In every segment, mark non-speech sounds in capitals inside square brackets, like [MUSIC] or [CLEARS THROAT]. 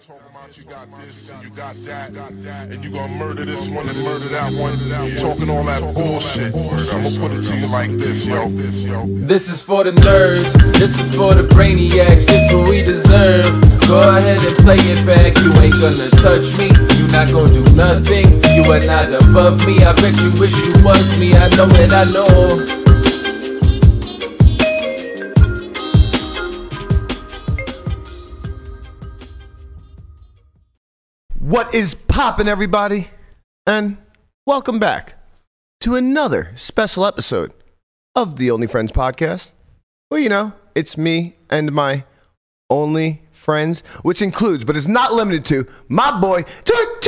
talking about you got this and you got that, got that, and you gonna murder this one and murder that one. You talking all that bullshit. I'ma put it to you like this, yo. This is for the nerds, this is for the brainiacs, this what we deserve. Go ahead and play it back, you ain't gonna touch me, you not gonna do nothing, you are not above me. I bet you wish you was me, I know it, I know. What is poppin', everybody? And welcome back to another special episode of the Only Friends podcast. Well, you know, it's me and my only friends, which includes, but is not limited to, my boy Tortu.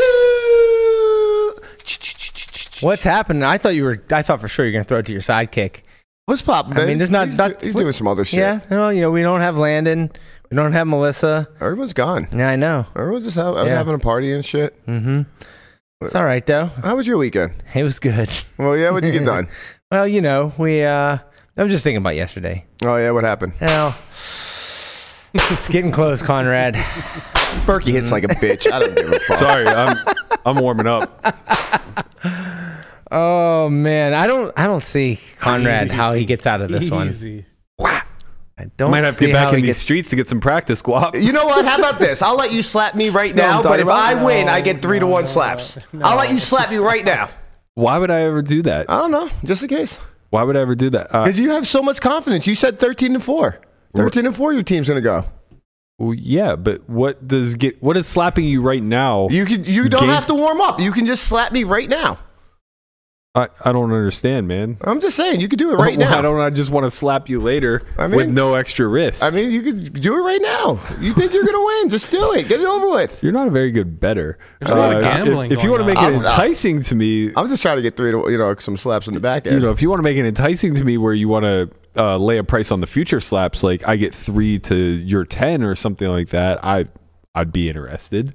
What's happening? I thought you were. I thought for sure you're gonna throw it to your sidekick. What's poppin'? I baby? mean, there's not. He's, do- not he's doing some other shit. Yeah. No, you know, we don't have Landon. We don't have Melissa. everyone's gone. Yeah, I know. Everyone's just out, out Yeah. Mm. having a party and shit. It's all right though. [LAUGHS] How was your weekend? It was good. Well, yeah, what'd you get [LAUGHS] done? Well, you know, we. uh I was just thinking about yesterday. Oh yeah, what happened? [LAUGHS] Now, it's getting close, Conrad. Berkey hits like a bitch. I don't give [LAUGHS] a fuck. Sorry, I'm I'm warming up. Oh man, I don't. I don't see Conrad how he gets out of this one. I don't Might have to see get how back he in these gets- streets to get some practice, guap. [LAUGHS] You know what? How about this? I'll let you slap me right I'm now, but talking if about- I win, I get three to one slaps. I'll let you slap me right now. Why would I ever do that? I don't know, just in case. Why would I ever do that? Uh, Uh, Because you have so much confidence. You said 13 to 4. 13 to 4, your team's going to go. well, yeah, but what does get? What is slapping you right now? You, can, you don't Game- have to warm up. You can just slap me right now. I, I don't understand, man. I'm just saying, you could do it [LAUGHS] right Why now. don't I just want to slap you later I with mean- no extra risk? I mean, you could do it right now. You think you're going to win? Just do it. Get it over with. you're not a very good better. Uh, There's a lot of if- gambling If, you going want to make on. it I'm- enticing to me, I'm just trying to get three to, you know, some slaps in the back end. you know, if you want to make it enticing to me, where you want to uh, lay a price on the future slaps, like I get three to your ten or something like that, I I'd be interested.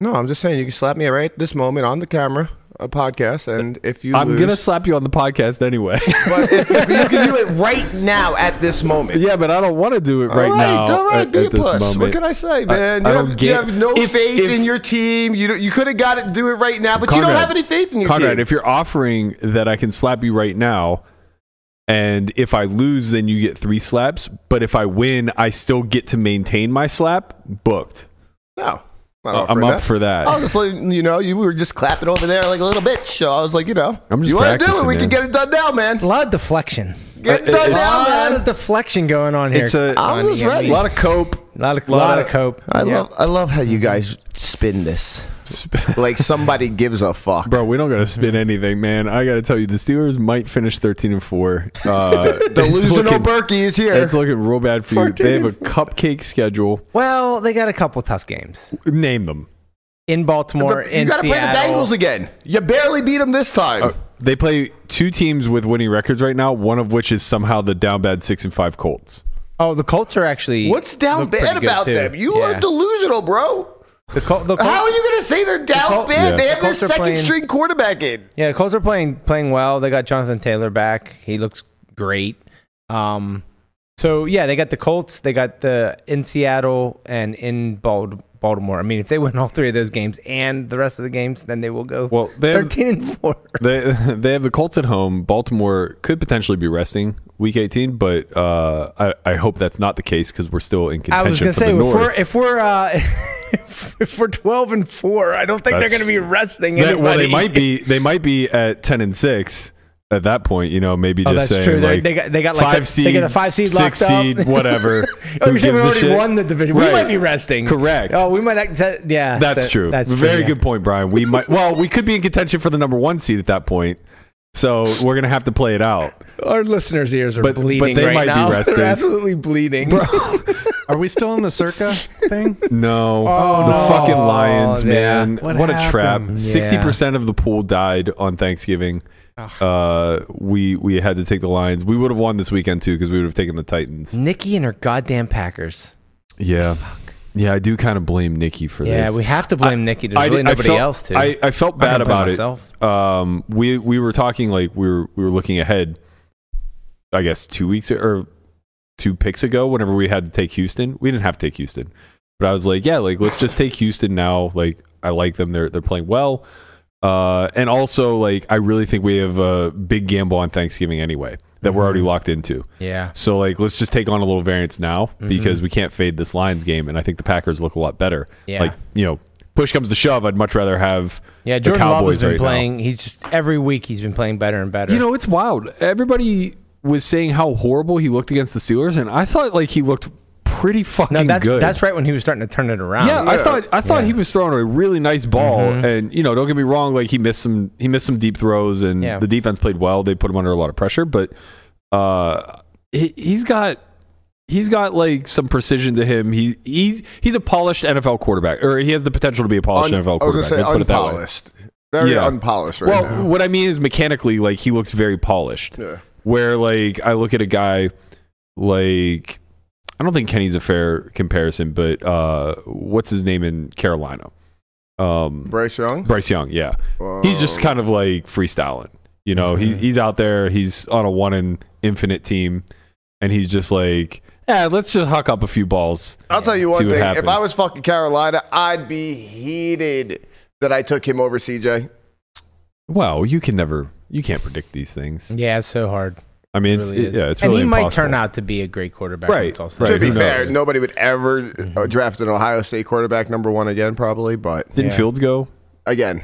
no, I'm just saying, you can slap me right this moment on the camera, a podcast, and if you I'm lose, gonna slap you on the podcast anyway. [LAUGHS] But if, but you can do it right now at this moment. yeah, but I don't want to do it right all right, now. all right, at, be at a this puss. What moment. can I say, man? I you, don't have, you get- have no if- faith if- in your team. You don't- you could have got it, do it right now, but you Conrad, don't have any faith in your Conrad, team. if you're offering that I can slap you right now, and if I lose, then you get three slaps. But if I win, I still get to maintain my slap. Booked. no, not Uh, offering I'm up that. Oh, for that. I was just like, you know, you were just clapping over there like a little bitch. So I was like, you know, I'm just you wanna do it? practicing, We can man. get it done now, man. A lot of deflection. Get it Uh, done A it's- now, lot man. of deflection going on here. It's a- I'm on just EME. ready. A lot [LAUGHS] of cope. lot of, Lot lot of- of cope. I Yeah. love, I love how you guys spin this. Like somebody gives a fuck. Bro, we don't gotta Mm-hmm. spin anything, man. I gotta tell you, the Steelers might finish thirteen and four. Uh, [LAUGHS] the it's loser no looking- Berkey is here. It's looking real bad for you. They have a cupcake schedule. Well, they got a couple tough games Name them. in Baltimore, The- in you gotta play the Seattle. Bengals again. You barely beat them this time. Uh, they play two teams with winning records right now. One of which is somehow the down bad six and five Colts. Oh, the Colts are actually. What's down look pretty bad good, about too. them? You Yeah. are delusional, bro. the, Col- the Colts, How are you going to say they're down Col- bad? Yeah. They The have their Colts are second playing- string quarterback in. Yeah, the Colts are playing playing well. They got Jonathan Taylor back. He looks great. Um, so yeah, they got the Colts. They got the in Seattle and in Bal- Baltimore. I mean, if they win all three of those games and the rest of the games, then they will go Well, they have- thirteen and four. They [LAUGHS] they have the Colts at home. Baltimore could potentially be resting week eighteen, but uh, I I hope that's not the case because we're still in I contention was gonna for say the if North. we're if we're uh, [LAUGHS] if, if we're twelve and four, I don't think they're That's- going to be resting That- anybody. well, they might be. They might be at ten and six at that point. You know, maybe Oh, just that's saying true. They're- like they got- they got, like, five the- seed, they got a five seed six locked up. seed, whatever. [LAUGHS] Oh, Who you're saying we gives a already shit? won the division. We Right. might be resting. Correct. Oh, we might. act- Yeah, that's so- true. That's Very yeah. good point, Brian. We might. Well, we could be in contention for the number one seed at that point. So we're gonna have to play it out. Our listeners' ears are But- but bleeding they right might be now. [LAUGHS] resting. They're absolutely bleeding. Are we still [LAUGHS] in the circa [LAUGHS] thing? No, Oh, the no. fucking Lions, Yeah. man! What What, a trap! happened? Sixty percent of the pool died on Thanksgiving. Uh, we we had to take the Lions. We would have won this weekend too because we would have taken the Titans. [LAUGHS] Nikki and her goddamn Packers. Yeah, yeah, I do kind of blame Nikki for Yeah, this. we have to blame Nikki. There's really nobody felt, else to. I, I felt I can bad blame about myself. it. Um, we we were talking like we were we were looking ahead. I guess two weeks or two picks ago, whenever we had to take Houston, we didn't have to take Houston. But I was like, yeah, like let's just take Houston now. Like I like them. They're they're playing well. Uh, and also like I really think we have a big gamble on Thanksgiving anyway that we're already locked into. Yeah. So like let's just take on a little variance now because we can't fade this Lions game and I think the Packers look a lot better. Yeah. Like, you know, push comes to shove, I'd much rather have Yeah, the Jordan Love has Cowboys been right now. playing. He's just every week he's been playing better and better. You know, it's wild. Everybody was saying how horrible he looked against the Steelers and I thought like he looked pretty fucking no, that's good. that's right when he was starting to turn it around. Yeah, I thought I thought he was throwing a really nice ball, Mm-hmm. and you know, don't get me wrong, like he missed some he missed some deep throws, and Yeah. the defense played well. They put him under a lot of pressure, but uh, he, he's got he's got like some precision to him. He he's he's a polished NFL quarterback, or he has the potential to be a polished Un- NFL I was gonna quarterback. say Let's put it that way. unpolished. Very Yeah. unpolished right Well, now. what I mean is mechanically, like he looks very polished. Yeah. Where like I look at a guy like I don't think Kenny's a fair comparison, but uh what's his name in Carolina? Um Bryce Young. Bryce Young, yeah. He's just kind of like freestyling. You know, he, Mm-hmm. he's out there, he's on a one and infinite team, and he's just like, eh, let's just huck up a few balls. I'll tell you See one what thing. If happens. I was fucking Carolina, I'd be heated that I took him over CJ. Well, you can never you can't predict these things. Yeah, it's so hard. I It mean, it's, really it- is. yeah, it's really and he might impossible. turn out to be a great quarterback. Right, when it's all said right. and to be who done. fair, knows? nobody would ever uh, draft an Ohio State quarterback number one again, probably. But Didn't Yeah. Fields go? again,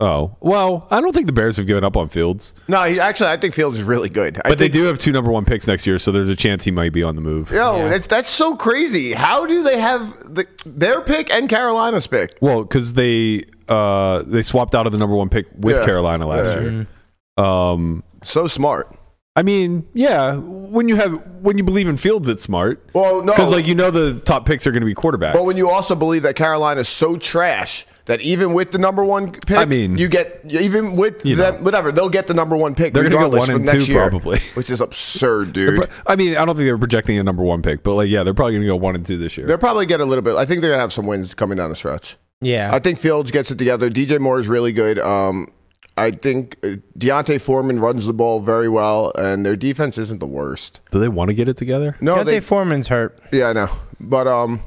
Oh well, I don't think the Bears have given up on Fields, no. He, actually, I think Fields is really good. I but they think, do have two number one picks next year, so there's a chance he might be on the move. Yo, that's that's so crazy. How do they have the, their pick and Carolina's pick? Well, because they uh, they swapped out of the number one pick with Yeah. Carolina last Yeah. year. Um, So smart. I mean, yeah, when you have when you believe in Fields, it's smart Well, no, because like you know the top picks are going to be quarterbacks. But when you also believe that Carolina's so trash that even with the number one pick, I mean- you get even with You them, know. whatever they'll get the number one pick. They're gonna get regardless one from and next two year, probably. which is [LAUGHS] absurd, dude. I mean, I don't think they were projecting a number one pick, but like yeah, they're probably going to go one and two this year. They'll probably get a little bit. I think they're gonna have some wins coming down the stretch. Yeah. I think Fields gets it together. DJ Moore is really good. Um, I think uh, Deontay Foreman runs the ball very well, and their defense isn't the worst. Do they want to get it together? No, Deontay they, Foreman's hurt. yeah, I know, but um,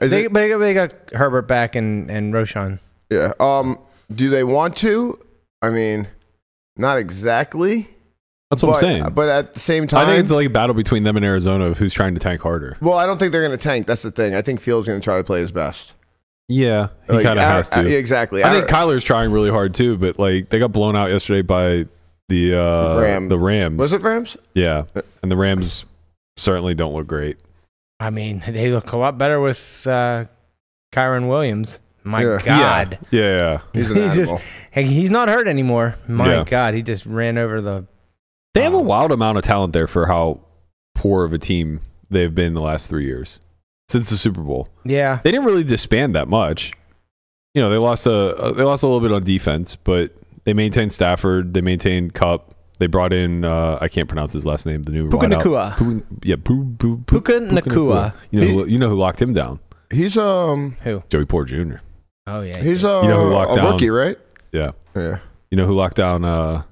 is They, it, but they got- they got Herbert back and, and Roshan. yeah, um, do they want to? I mean, not exactly. That's what but, uh, I'm saying. But at the same I time, think it's like a battle between them and Arizona of who's trying to tank harder. well, I don't think they're going to tank. That's the thing. I think Fields going to try to play his best. Yeah, he Like, kind of Ar- has to. Ar- exactly. I Ar- think Kyler's trying really hard too, but like they got blown out yesterday by the uh, Ram. the Rams. was it Rams? Yeah, and the Rams certainly don't look great. I mean, they look a lot better with uh, Kyron Williams. My Yeah. God. Yeah, yeah, yeah. He's an He's just- animal. Hey, he's not hurt anymore. My Yeah. God, he just ran over the. they have a Um, wild amount of talent there for how poor of a team they've been the last three years since the Super Bowl. Yeah. They didn't really disband that much. You know, they lost a uh, they lost a little bit on defense, but they maintained Stafford. They maintained Cup. They brought in uh, I can't pronounce his last name. The new Puka wideout. Nakua. Pu- yeah, Pu- Pu- Pu- Puka Nakua. You know, who, you know who locked him down? He's um, Joey Poor Jr. Oh, yeah. he's uh, You know who locked a down- rookie, right? Yeah. Yeah. You know who locked down uh,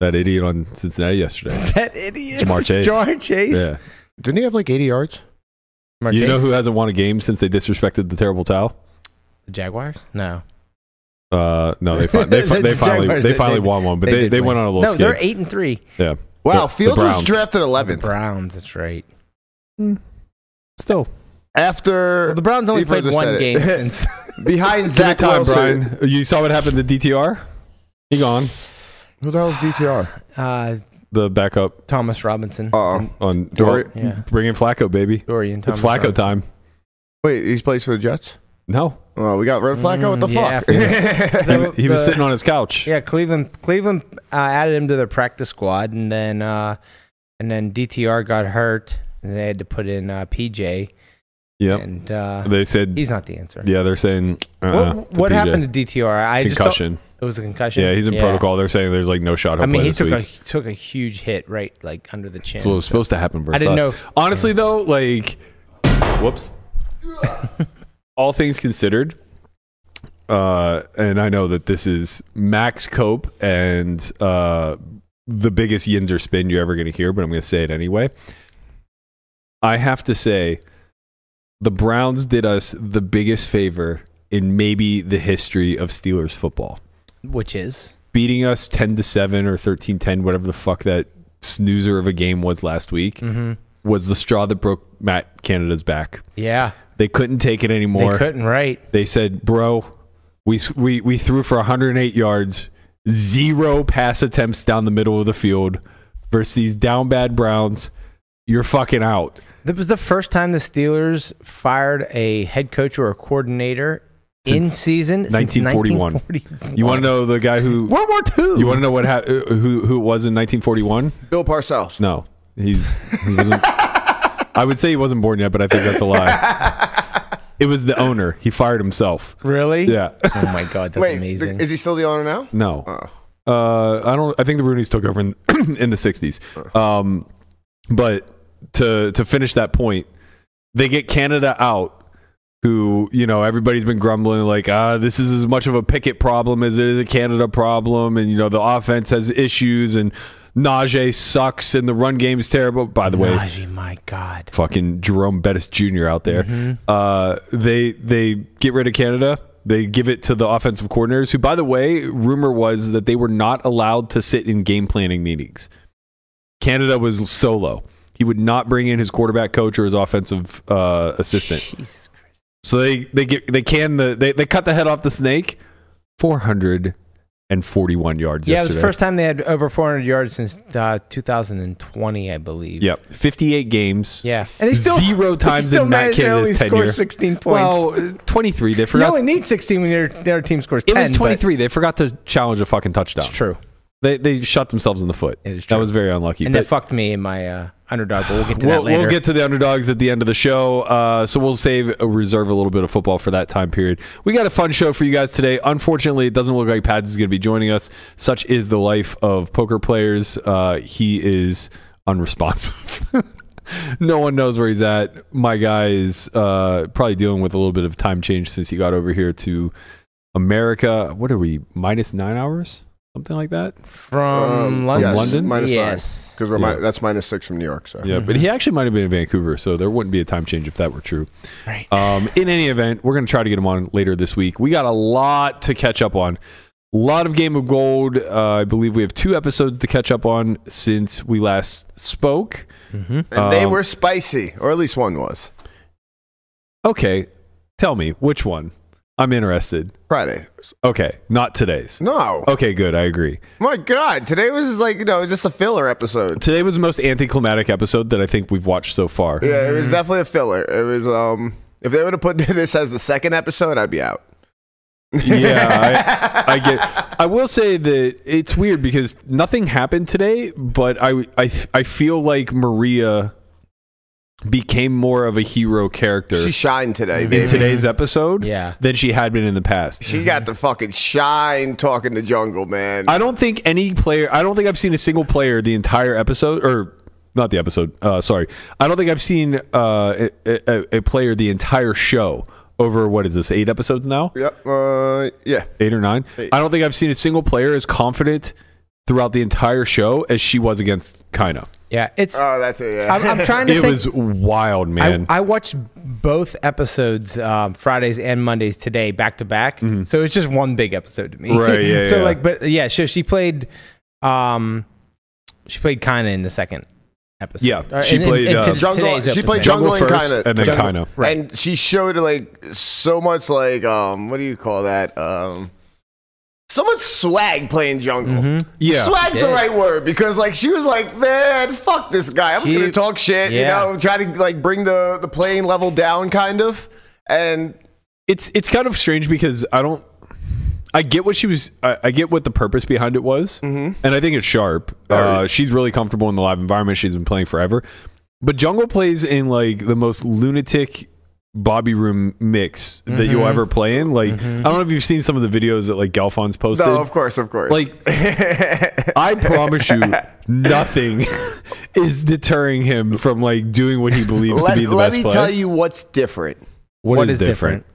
that idiot on Cincinnati yesterday? that idiot. Jamar Chase. Jamar Chase. yeah. Didn't he have like 80 yards? Jamar You know Chase? who hasn't won a game since they disrespected the terrible towel? The Jaguars? No. Uh, no, they fin- [LAUGHS] they, fi- The they finally Jaguars, they they- finally they- won one, but they they, they, did win. went on a little No, they're skid. 8 and 3. Yeah, Wow, The- the Fields was Browns. drafted 11th Browns, that's right. still after Well, the Browns only You've heard played this said one it. [LAUGHS] game since. behind Give it Zach time, Wilson. Brian. You saw what happened to DTR. He gone Who the hell's DTR? Uh, the backup Thomas Robinson. Oh, on Dory- well, yeah. Bring in Flacco, baby. Dorian Thomas. it's Flacco Robinson. time. wait, he plays for the Jets. No, Oh, we got rid of Flacco. what the Mm, yeah, fuck? [LAUGHS] he, The- [LAUGHS] he was the- sitting on his couch. Yeah, Cleveland. Cleveland uh, added him to their practice squad, and then uh, and then DTR got hurt, and they had to put in uh, PJ. Yep. And uh, They said, he's not the answer. yeah, they're saying uh, What, what happened to DTR? I just saw- Concussion. it was a concussion. Yeah, he's in protocol. They're saying there's like no shot. He'll I mean, play he this took week. a he took a huge hit right like under the chin. That's what was supposed to happen versus didn't us. know if- Honestly, though, like, whoops. All things considered, uh, and I know that this is Max Cope and uh, the biggest yinzer spin you're ever going to hear, but I'm going to say it anyway. I have to say the Browns did us the biggest favor in maybe the history of Steelers football, [LAUGHS] which is beating us 10 to 7 or 13 10, whatever the fuck that snoozer of a game was last week, was the straw that broke Matt Canada's back. yeah. They couldn't take it anymore. they couldn't write. They said, "Bro, we we we threw for 108 yards, zero pass attempts down the middle of the field versus these down bad Browns. You're fucking out." This was the first time the Steelers fired a head coach or a coordinator in Since season since 1941. 1941. You want to know the guy who World War Two? you want to know what hap- uh, who who it was in 1941? [LAUGHS] Bill Parcells. No, he's he wasn't. I would say he wasn't born yet, but I think that's a lie. It was the owner. He fired himself. really? Yeah. Oh my god, that's Wait, amazing. is he still the owner now? No. Uh, I don't. I think the Rooney's took over in [CLEARS THROAT] in the '60s. Um, but to to finish that point, they get Canada out, who you know everybody's been grumbling like, ah, this is as much of a picket problem as it is a Canada problem, and you know the offense has issues, and Najee sucks, and the run game is terrible. By the way, Najee, my god. fucking Jerome Bettis Jr. out there. Mm-hmm. Uh, they they get rid of Canada. They give it to the offensive coordinators, who, by the way, rumor was that they were not allowed to sit in game planning meetings. Canada was solo. He would not bring in his quarterback coach or his offensive uh, assistant. Jesus Christ. So they they get they can the they, they cut the head off the snake. Four hundred and forty one yards Yeah, it was yesterday. the first time they had over 400 yards since uh, 2020, I believe. yep, fifty eight games. Yeah, and they still Zero [LAUGHS] they times still in Matt managed to Canada's only tenure. Score 16 points. Well, twenty three. They you forgot. only need 16 when your their team scores 10. It was but 23. They forgot to challenge a fucking touchdown. It's true, They they shot themselves in the foot. It is That true. was very unlucky. and but that fucked me in my uh, underdog. But we'll get to we'll, that later. we'll get to the underdogs at the end of the show. Uh, so we'll save uh, reserve a little bit of football for that time period. We got a fun show for you guys today. Unfortunately, it doesn't look like Pads is going to be joining us. Such is the life of poker players. Uh, he is unresponsive. [LAUGHS] no one knows where he's at. My guy is uh, probably dealing with a little bit of time change since he got over here to America. What are we minus nine hours? Something like that. from Um, London. yes, London? minus nine. yes. Because we're Yeah. mi- that's minus six from New York. So Yeah, but he Mm-hmm. actually might have been in Vancouver, so there wouldn't be a time change if that were true. Right. Um, in any event, we're going to try to get him on later this week. We got a lot to catch up on. A lot of Game of Gold. Uh, I believe we have two episodes to catch up on since we last spoke. and they Um, were spicy, or at least one was. Okay, tell me which one. I'm interested. Friday. Okay, not today's. No, Okay, good. I agree. my God, today was like you know just a filler episode. Today was the most anticlimactic episode that I think we've watched so far. Yeah, it was Mm-hmm. definitely a filler. It was um, if they would have put [LAUGHS] this as the second episode, I'd be out. [LAUGHS] [LAUGHS] yeah, I, I get. I will say that it's weird because nothing happened today, but I I I feel like Maria became more of a hero character She shined today, in baby. today's episode Yeah. than she had been in the past. she got the fucking shine talking to Jungle Man. I don't think any player. I don't think I've seen a single player the entire episode, or not the episode. Uh, sorry, I don't think I've seen uh, a, a, a player the entire show over what is this eight episodes now? yep. Uh, yeah. eight or nine. I don't think I've seen a single player as confident throughout the entire show as she was against Kaina. Yeah, it's. Oh, that's it. Yeah. I'm, I'm trying to It think. was wild, I, man. I watched both episodes, um, Fridays and Mondays today, back to back. So it's just one big episode to me. Mm-hmm. Right, [LAUGHS] yeah, so yeah. like, but yeah. So she played, um, she played Kana in the second episode. Yeah, Or she in- in- played, in uh, [LAUGHS] today's Jungle- she episode. played Jungle Jungle and first, Kaina. and then Jungle- Kaina. Right. And she showed like so much like um what do you call that? Um so much swag playing jungle. Yeah. Swag's the Mm-hmm. Yeah. right word because like she was like, man, fuck this guy. I'm She- just gonna talk shit, yeah. you know, try to like bring the the playing level down kind of. And It's it's kind of strange because I don't. I get what she was. I, I get what the purpose behind it was, Mm-hmm. and I think it's sharp. Oh, Uh, she's really comfortable in the live environment. She's been playing forever, but Jungle plays in like the most lunatic Bobby Room mix that Mm-hmm. you'll ever play in. Like I don't know if you've seen some of the videos that like Galfon's posted. no, of course, of course. Like, [LAUGHS] I promise you, nothing is deterring him from like doing what he believes let, to be the let best me player. tell you what's different. what is, different?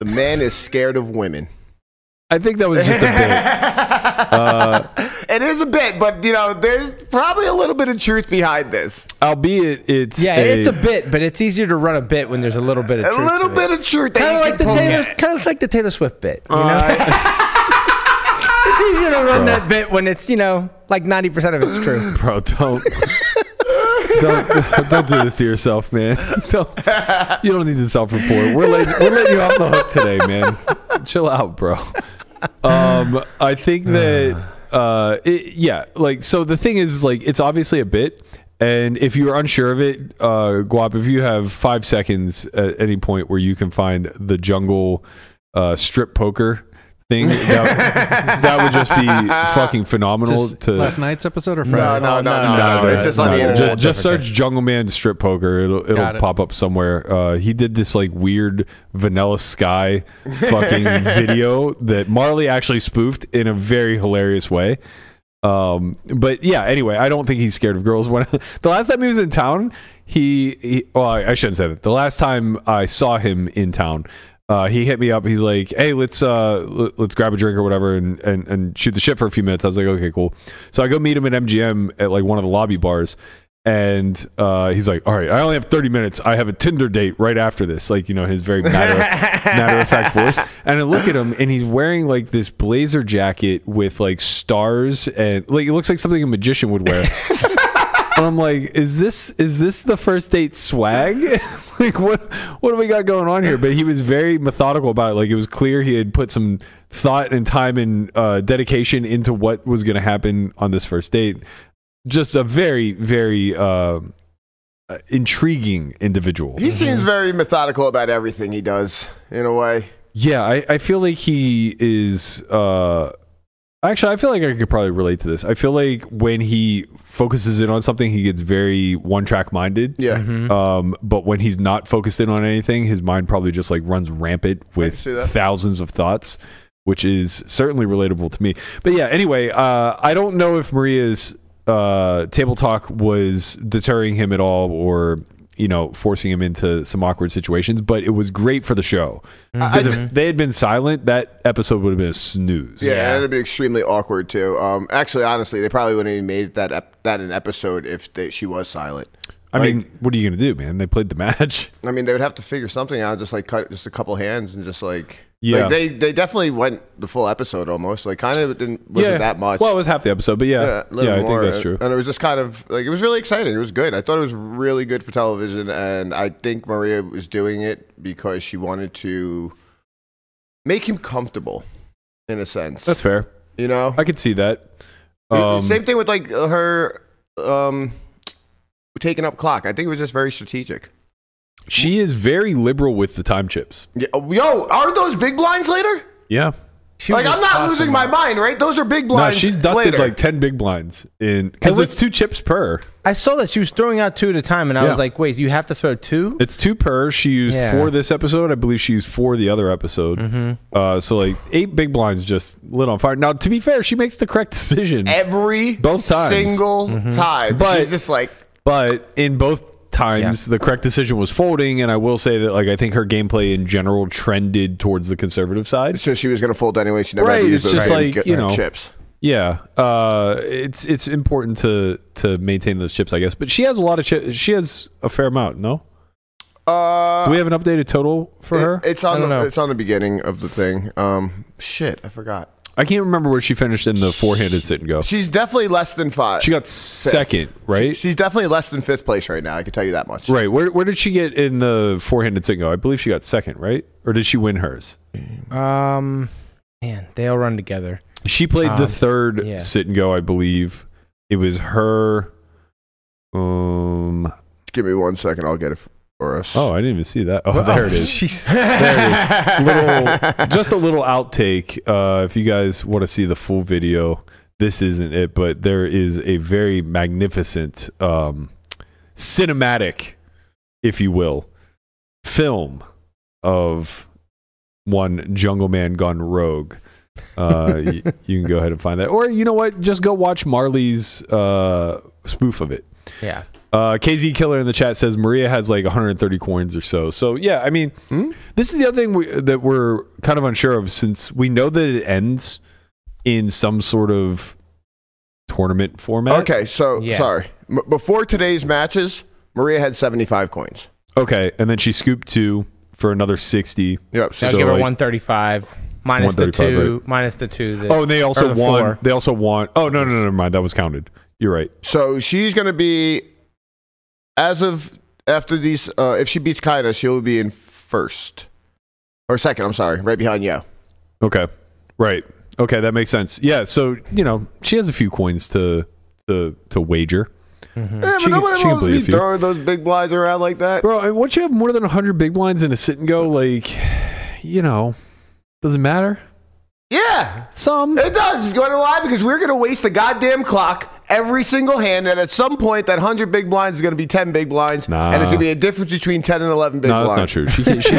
The [LAUGHS] man is scared of women. [LAUGHS] Uh, I think that was just a bit. it It is a bit, but you know, there's probably a little bit of truth behind this. Albeit it's Yeah, it's a bit, but it's easier to run a bit when there's a little bit of A truth little to it. bit of truth. kind that of you like the can poke Taylor, at. kind of like the Taylor Swift bit. You know? Uh, [LAUGHS] it's easier to run Bro. that bit when it's you know like ninety percent of it's true. [LAUGHS] bro, [LAUGHS] don't. Don't, don't do this to yourself, man. Don't, you don't need to self-report. We're letting, we're letting you off the hook today, man. Chill out, bro. Um, I think [SIGHS] that uh, it, yeah, like so. The thing is, like, it's obviously a bit, and if you are unsure of it, uh, Guap, if you have five seconds at any point where you can find the jungle uh, strip poker thing, that, that would just [LAUGHS] be fucking phenomenal. Just to last night's episode or No, Friday? no, no, no, no, no, It's just on no, the internet. Just, just search Jungle Man Strip Poker. It'll it'll Got it. pop up somewhere. Uh, he did this like weird Vanilla Sky [LAUGHS] fucking video that Marley actually spoofed in a very hilarious way. Um, but yeah. Anyway, I don't think he's scared of girls. When [LAUGHS] the last time he was in town, he, he well, I, I shouldn't say that. The last time I saw him in town. Uh, he hit me up. He's like, "Hey, let's uh, l- let's grab a drink or whatever, and, and and shoot the shit for a few minutes." I was like, "Okay, cool." So I go meet him at MGM at like one of the lobby bars, and uh, he's like, "All right, I only have 30 minutes. I have a Tinder date right after this." Like, you know, his very matter, matter of fact voice. And I look at him, and he's wearing like this blazer jacket with like stars, and like it looks like something a magician would wear. And I'm like, is this is this the first date swag? [LAUGHS] like what what do we got going on here? But he was very methodical about it. Like it was clear he had put some thought and time and uh, dedication into what was going to happen on this first date. Just a very very uh, uh, intriguing individual. He seems very methodical about everything he does, in a way. Yeah, I, I feel like he is. Uh, actually, I feel like I could probably relate to this. I feel like when he focuses in on something, he gets very one track minded. Yeah. Um, but when he's not focused in on anything, his mind probably just like runs rampant with see that. thousands of thoughts, which is certainly relatable to me. But yeah, anyway, uh, I don't know if Maria's uh, table talk was deterring him at all or. You know, forcing him into some awkward situations, but it was great for the show. Because if they had been silent, that episode would have been a snooze. Yeah, and it'd be extremely awkward too. Um, actually, honestly, they probably wouldn't even made that ep- that an episode if they, she was silent. I mean, what are you going to do, man? They played the match. I mean, they would have to figure something out, just like cut just a couple hands and just like Yeah. Like, they they definitely went the full episode almost. Like, kind of didn't wasn't yeah. that much. Well, it was half the episode, but yeah. a Yeah, little I think more, uh, that's true. And it was just kind of like it was really exciting. It was good. I thought it was really good for television, and I think Maria was doing it because she wanted to make him comfortable, in a sense. That's fair. you know, I could see that. Uh, Um, Same thing with like her um, taking up clock. I think it was just very strategic. she is very liberal with the time chips. Yeah, oh, Yo, are those big blinds later? Yeah. She was Like I'm just not losing awesome. my mind, right? Those are big No, blinds. she's dusted later. like 10 big blinds in because And it's two chips per. I saw that she was throwing out two at a time, and I Yeah. was like, wait, you have to throw two. It's two per. She used Yeah. four this episode. I believe she used four the other episode. Uh, so, like, eight big blinds just lit on fire. Now, to be fair, she makes the correct decision. every Both times. single Mm-hmm. time. But- she's just like But in both times, the correct decision was folding, and I will say that like I think her gameplay in general trended towards the conservative side. so she was gonna fold anyway. She never had Right, to use it's those just damn like, get- you know, chips. Yeah, uh, it's it's important to to maintain those chips, I guess. But she has a lot of chips. She has a fair amount. No, Uh, do we have an updated total for her? it- it's on don't the, know. it's on the beginning of the thing. Um, shit, I forgot. I can't remember where she finished in the four-handed sit and go. She's definitely less than five. Oh. She got second, right? She's definitely less than fifth place right now. I can tell you that much. right. Where where did she get in the four-handed sit and go? I believe she got second, right? Or did she win hers? Um, man, they all run together. She played the Um, third yeah. sit and go, I believe. It was her. Um. Give me one second. I'll get it for us. Oh, I didn't even see that. Oh, there [LAUGHS] it is. [LAUGHS] There it is. Little, just a little outtake. Uh, if you guys want to see the full video, this isn't it, but there is a very magnificent um, cinematic, if you will, film of one jungle man gone rogue. Uh, y- you can go ahead and find that, or you know what? Just go watch Marley's uh, spoof of it. [LAUGHS] Yeah. Uh, KZ Killer in the chat says Maria has like 130 coins or so. So yeah, I mean, Hmm? this is the other thing we, that we're kind of unsure of since we know that it ends in some sort of tournament format. Okay, so Yeah. sorry. M- before today's matches, Maria had 75 coins. Okay, and then she scooped two for another sixty. Yep. I'll So, give her like- 135 minus the 135, two, minus the two. That, Oh, and they or also the won. four. They also won. Oh no, no, no, never mind. That was counted. You're right. So she's going to be, as of after these, uh, if she beats Kaida, she'll be in first or second. I'm sorry, right behind Yo. Okay, right. Okay, that makes sense. Yeah. So you know, she has a few coins to to to wager. Yeah, She but no can- one she can else bleed a be few. throwing those big blinds around like that. Bro, I- once you have more than 100 big blinds in a sit and go, like, you know, doesn't matter. Yeah, Some. it does. You know why? Because we're going to waste the goddamn clock every single hand, and at some point, that hundred big blinds is going to be ten big blinds, Nah. and it's going to be a difference between ten and eleven big No, blinds. that's not true. She can't, she,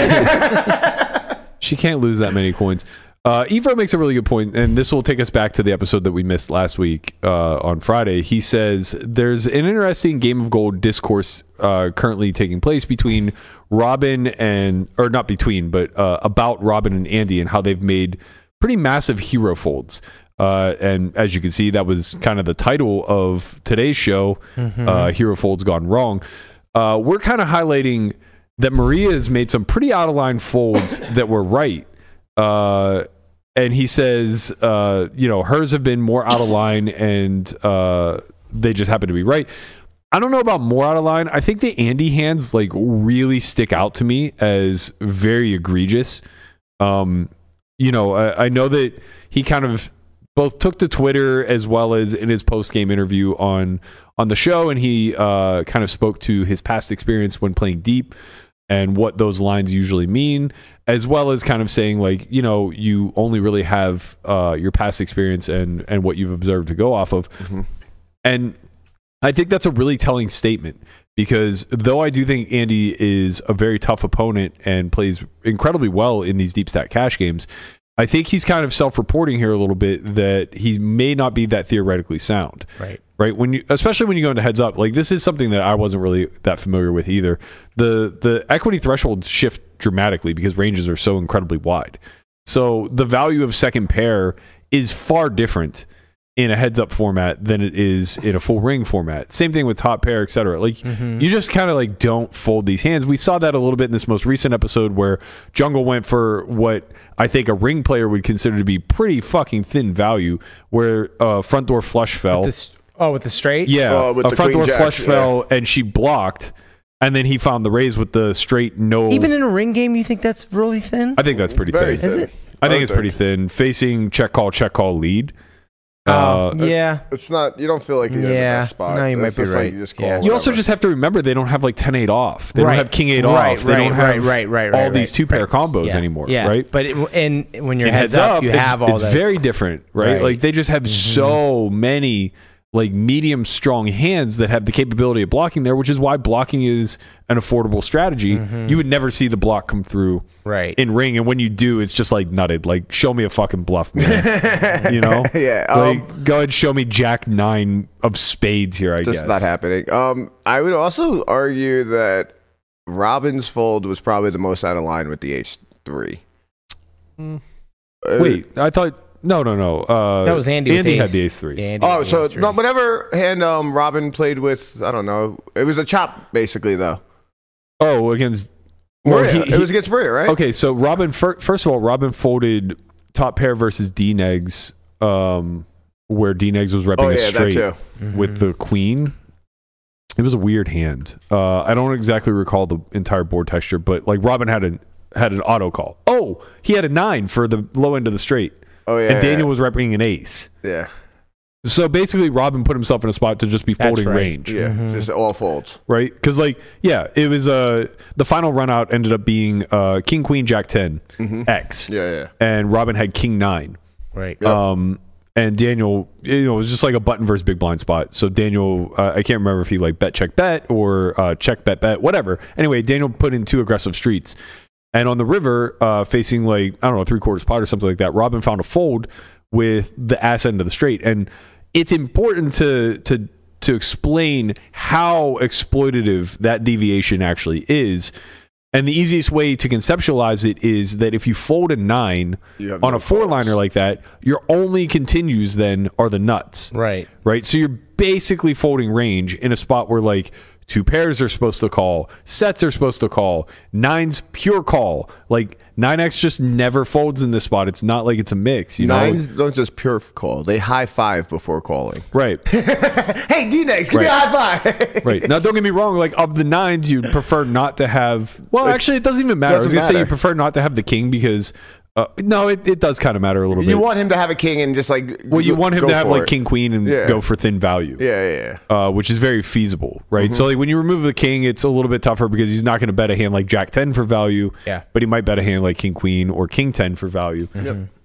she can't [LAUGHS] lose that many coins. Uh, Evo makes a really good point, and this will take us back to the episode that we missed last week uh, on Friday. He says there's an interesting game of gold discourse uh, currently taking place between Robin and, or not between, but uh, about Robin and Andy and how they've made pretty massive hero folds. Uh, and as you can see, that was kind of the title of today's show, uh, Hero Folds Gone Wrong. Uh, we're kind of highlighting that Maria has made some pretty out of line folds that were right. Uh, and he says, uh, you know, hers have been more out of line and uh, they just happen to be right. I don't know about more out of line. I think the Andy hands like really stick out to me as very egregious. Um, you know, I, I know that he kind of both took to Twitter as well as in his post game interview on on the show, and he uh, kind of spoke to his past experience when playing deep and what those lines usually mean, as well as kind of saying like, you know, you only really have uh, your past experience and and what you've observed to go off of, and I think that's a really telling statement because though I do think Andy is a very tough opponent and plays incredibly well in these deep stat cash games, I think he's kind of self-reporting here a little bit that he may not be that theoretically sound. Right. Right? When you especially when you go into heads up, like this is something that I wasn't really that familiar with either. The the equity thresholds shift dramatically because ranges are so incredibly wide. So the value of second pair is far different in a heads up format than it is in a full ring format. Same thing with top pair, etc. Like you just kind of like don't fold these hands. We saw that a little bit in this most recent episode where Jungle went for what I think a ring player would consider to be pretty fucking thin value, where uh, front door flush fell. This- oh, with the straight? yeah, Well, Uh, with a the front queen door jack, flush yeah. fell, and she blocked, and then he found the raise with the straight no. Even in a ring game, you think that's really thin? I think that's pretty Very thin. thin. Is it? I think Very it's pretty thin. Facing check call, check call lead. Oh, Uh, yeah. It's not. You don't feel like you're in the Yeah. best spot. No, you That's might be just like right. you just call Yeah. You also whatever. just have to remember they don't have like 10 8 off. They Right. don't have king 8 Right, off. They right, don't have right, right, right, all right, these right, two pair right. combos Yeah. anymore, Yeah. right? But it, and when you're In heads, up, you it's, have all it's those. very different, right? Right. Mm-hmm. Like they just have so many like medium strong hands that have the capability of blocking there, which is why blocking is an affordable strategy. Mm-hmm. You would never see the block come through right. in ring, and when you do, it's just like nutted. Like show me a fucking bluff, [LAUGHS] man. you know? Yeah, Like um, go ahead, and show me Jack Nine of Spades here. I just guess not happening. Um, I would also argue that Robin's fold was probably the most out of line with the H three. Wait, I thought no, no, no. Uh, That was Andy with Andy ace. had the ace three. Yeah, Andy Oh, with so ace no, three. whatever hand um Robin played with, I don't know. It was a chop basically though. Oh, against well, Maria, he- it he- was against Maria, right? okay. So Robin, fir- first of all, Robin folded top pair versus D Negs, um, where D Negs was repping Oh a yeah, that straight too. with the queen. It was a weird hand. Uh, I don't exactly recall the entire board texture, but like Robin had an had an auto call. Oh, he had a nine for the low end of the straight, Oh yeah, and Daniel was repping an ace. yeah, So basically, Robin put himself in a spot to just be That's folding right. range. yeah, just all folds. right? Because like, yeah, it was uh the final run out ended up being uh King Queen Jack 10 X, Mm-hmm. Yeah, yeah. and Robin had King Nine. Right. Um, and Daniel, you know, it was just like a button versus big blind spot. So Daniel, uh, I can't remember if he like bet check bet or uh, check bet bet whatever. Anyway, Daniel put in two aggressive streets, and on the river, uh, facing like I don't know three quarters pot or something like that. Robin found a fold with the ass end of the straight, and it's important to to to explain how exploitative that deviation actually is And the easiest way to conceptualize it is that if you fold a nine You have on no a four liner like that, your only continues then are the nuts. Right. Right. So you're basically folding range in a spot where like two pairs are supposed to call, sets are supposed to call, nines pure call. Like nine X just never folds in this spot. It's not like it's a mix. You Nines don't just pure call; they high five before calling. know. Right. Hey, D next, give me a Right. high [LAUGHS] five. Right. Now, don't get me wrong. Like, of the nines, you'd prefer not to have. Well, actually, it doesn't even matter. doesn't I was going to say you matter. prefer not to have the king because. Uh, no, it, it does kind of matter a little You bit. want him to have a king and just like. well, you want him go to have for like it. king queen and Yeah. go for thin value, Yeah, Mm-hmm. yeah, yeah. uh, which is very feasible, right? So, like, when you remove the king, it's a little bit tougher because he's not going to bet a hand like jack 10 for value. Yeah. But he might bet a hand like king queen or king 10 for value.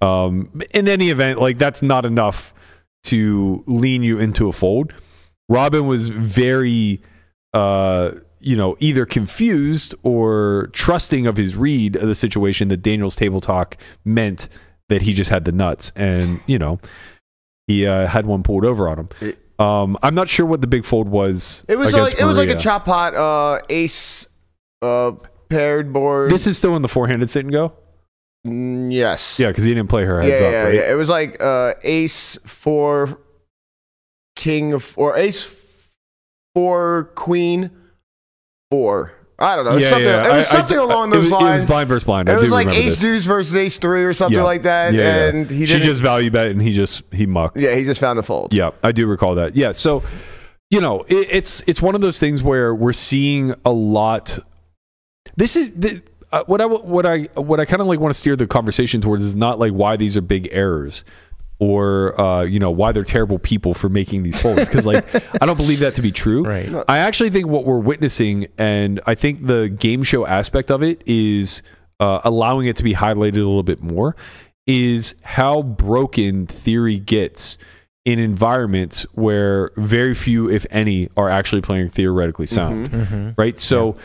Um, in any event, like, that's not enough to lean you into a fold. Robin was very, uh, you know, either confused or trusting of his read of the situation that Daniel's table talk meant that he just had the nuts, and you know, he uh, had one pulled over on him. um, I'm not sure what the big fold was. It was against like it was like a Maria. chop pot uh, ace uh, paired board. This is still in the four-handed sit and go. Mm, yes. Yeah, because he didn't play her yeah, heads up. yeah, right? yeah. It was like uh, ace four, king of- or ace four, queen four. I don't know. It was Yeah, something, yeah. It was I- I- something along it those was- It lines. was blind versus blind. I It was do like remember ace this. deuce versus ace three or something Yeah. like that, Yeah, yeah. and he she didn't- just value bet and he just he mucked. yeah he just found a fold. Yeah, I do recall that. Yeah, so you know, it, it's it's one of those things where we're seeing a lot. This is the, uh, what I w- what I what I kind of like want to steer the conversation towards is not like why these are big errors or uh, you know why they're terrible people for making these folds because like I don't believe that to be true. Right. I actually think what we're witnessing, and I think the game show aspect of it is uh, allowing it to be highlighted a little bit more, is how broken theory gets in environments where very few, if any, are actually playing theoretically sound. Right. So,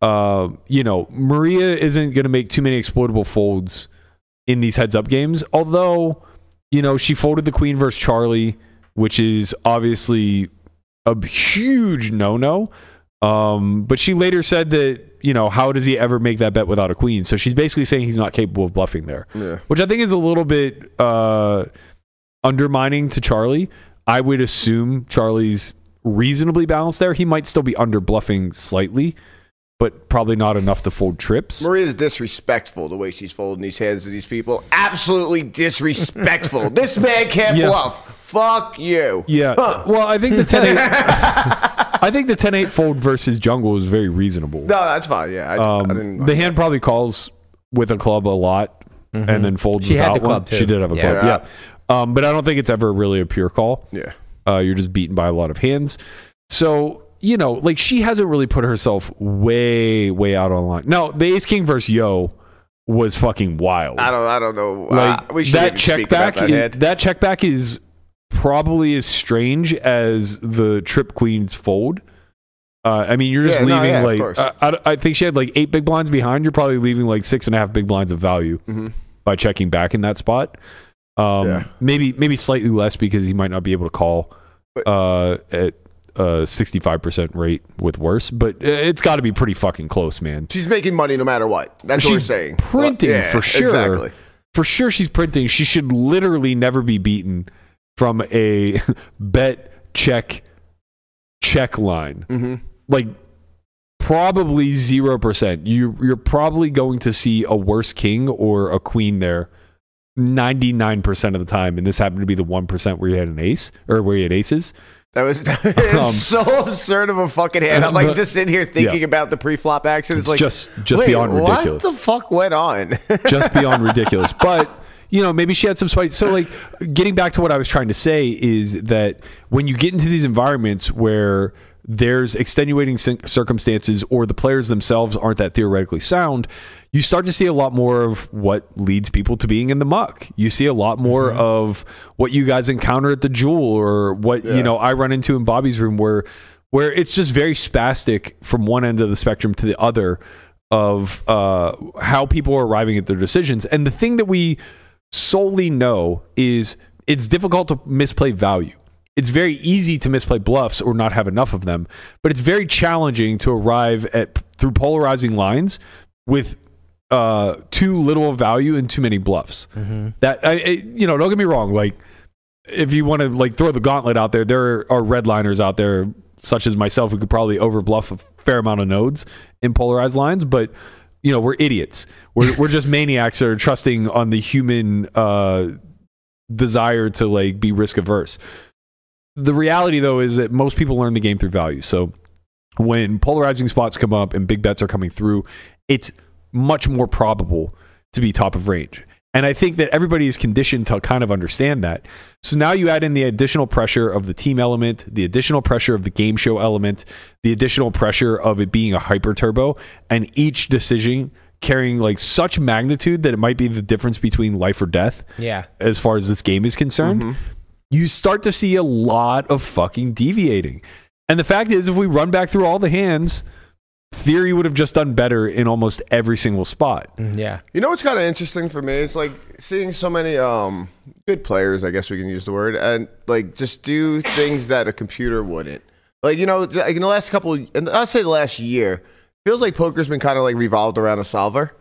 uh, you know, Maria isn't going to make too many exploitable folds in these heads up games, although, you know, she folded the queen versus Charlie, which is obviously a huge no no. Um, but she later said that, you know, how does he ever make that bet without a queen? So she's basically saying he's not capable of bluffing there, Yeah. which I think is a little bit uh, undermining to Charlie. I would assume Charlie's reasonably balanced there. He might still be under bluffing slightly, but probably not enough to fold trips. Maria's disrespectful the way she's folding these hands to these people. Absolutely [LAUGHS] disrespectful. this man can't Yeah. bluff. Fuck you. Yeah. Well, [LAUGHS] I think the 10 8 I think the 10 8 fold versus jungle is very reasonable. No, that's fine. Yeah, I, I Um, didn't. the hand probably calls with a club a lot and then folds Mm-hmm. She had without the club, one. too. She did have a Yeah. club, yeah. Um, but I don't think it's ever really a pure call. yeah. Uh, you're just beaten by a lot of hands. So, you know, like she hasn't really put herself way, way out on the line. No, the ace king versus yo was fucking wild. I don't. I don't know. Like uh, we shouldn't that even speak check about back, That is- hand. that check back is probably as strange as the trip queen's fold. Uh, I mean, you're just Yeah, no, leaving yeah, of like course. I, I, I think she had like eight big blinds behind. You're probably leaving like six and a half big blinds of value by checking back in that spot. Um, Mm-hmm. Yeah. Maybe maybe slightly less because he might not be able to call uh, at a 65% rate with worse. But uh, it's got to be pretty fucking close, man. She's making money no matter what. That's what we're She's saying. printing Yeah, for sure. Exactly. for sure she's printing. She should literally never be beaten from a [LAUGHS] bet check check line. Like probably zero percent. You you're probably going to see a worse king or a queen there. 99% of the time and this happened to be the 1% where you had an ace or where you had aces That was [LAUGHS] it's Um, so absurd of a fucking hand. I'm like but- just sitting here thinking yeah. about the pre-flop action. It's, It's like just- just wait, beyond what ridiculous. the fuck went on? [LAUGHS] just beyond ridiculous. But you know, maybe she had some spite. So, like, getting back to what I was trying to say is that when you get into these environments where there's extenuating cin- circumstances or the players themselves aren't that theoretically sound, you start to see a lot more of what leads people to being in the muck. You see a lot more of what you guys encounter at the Jewel or what you know I run into in Bobby's room where where it's just very spastic from one end of the spectrum to the other of uh, how people are arriving at their decisions. And the thing that we solely know is it's difficult to misplay value. It's very easy to misplay bluffs or not have enough of them, but it's very challenging to arrive at through polarizing lines with uh, too little value and too many bluffs. That I, I, you know, don't get me wrong. Like, if you want to like throw the gauntlet out there, there are redliners out there such as myself who could probably overbluff a fair amount of nodes in polarized lines, but you know, we're idiots. We're we're just maniacs that are trusting on the human uh, desire to like be risk averse. The reality though is that most people learn the game through value. So when polarizing spots come up and big bets are coming through, it's much more probable to be top of range. And I think that everybody is conditioned to kind of understand that. So now you add in the additional pressure of the team element, the additional pressure of the game show element, the additional pressure of it being a hyper turbo, and each decision carrying like such magnitude that it might be the difference between life or death Yeah. as far as this game is concerned, you start to see a lot of fucking deviating. And the fact is, if we run back through all the hands, theory would have just done better in almost every single spot. Yeah. You know what's kind of interesting for me? It's like seeing so many um, good players, I guess we can use the word, and like just do things that a computer wouldn't. Like you know, like in the last couple, and I'd say the last year, feels like poker's been kind of like revolved around a solver.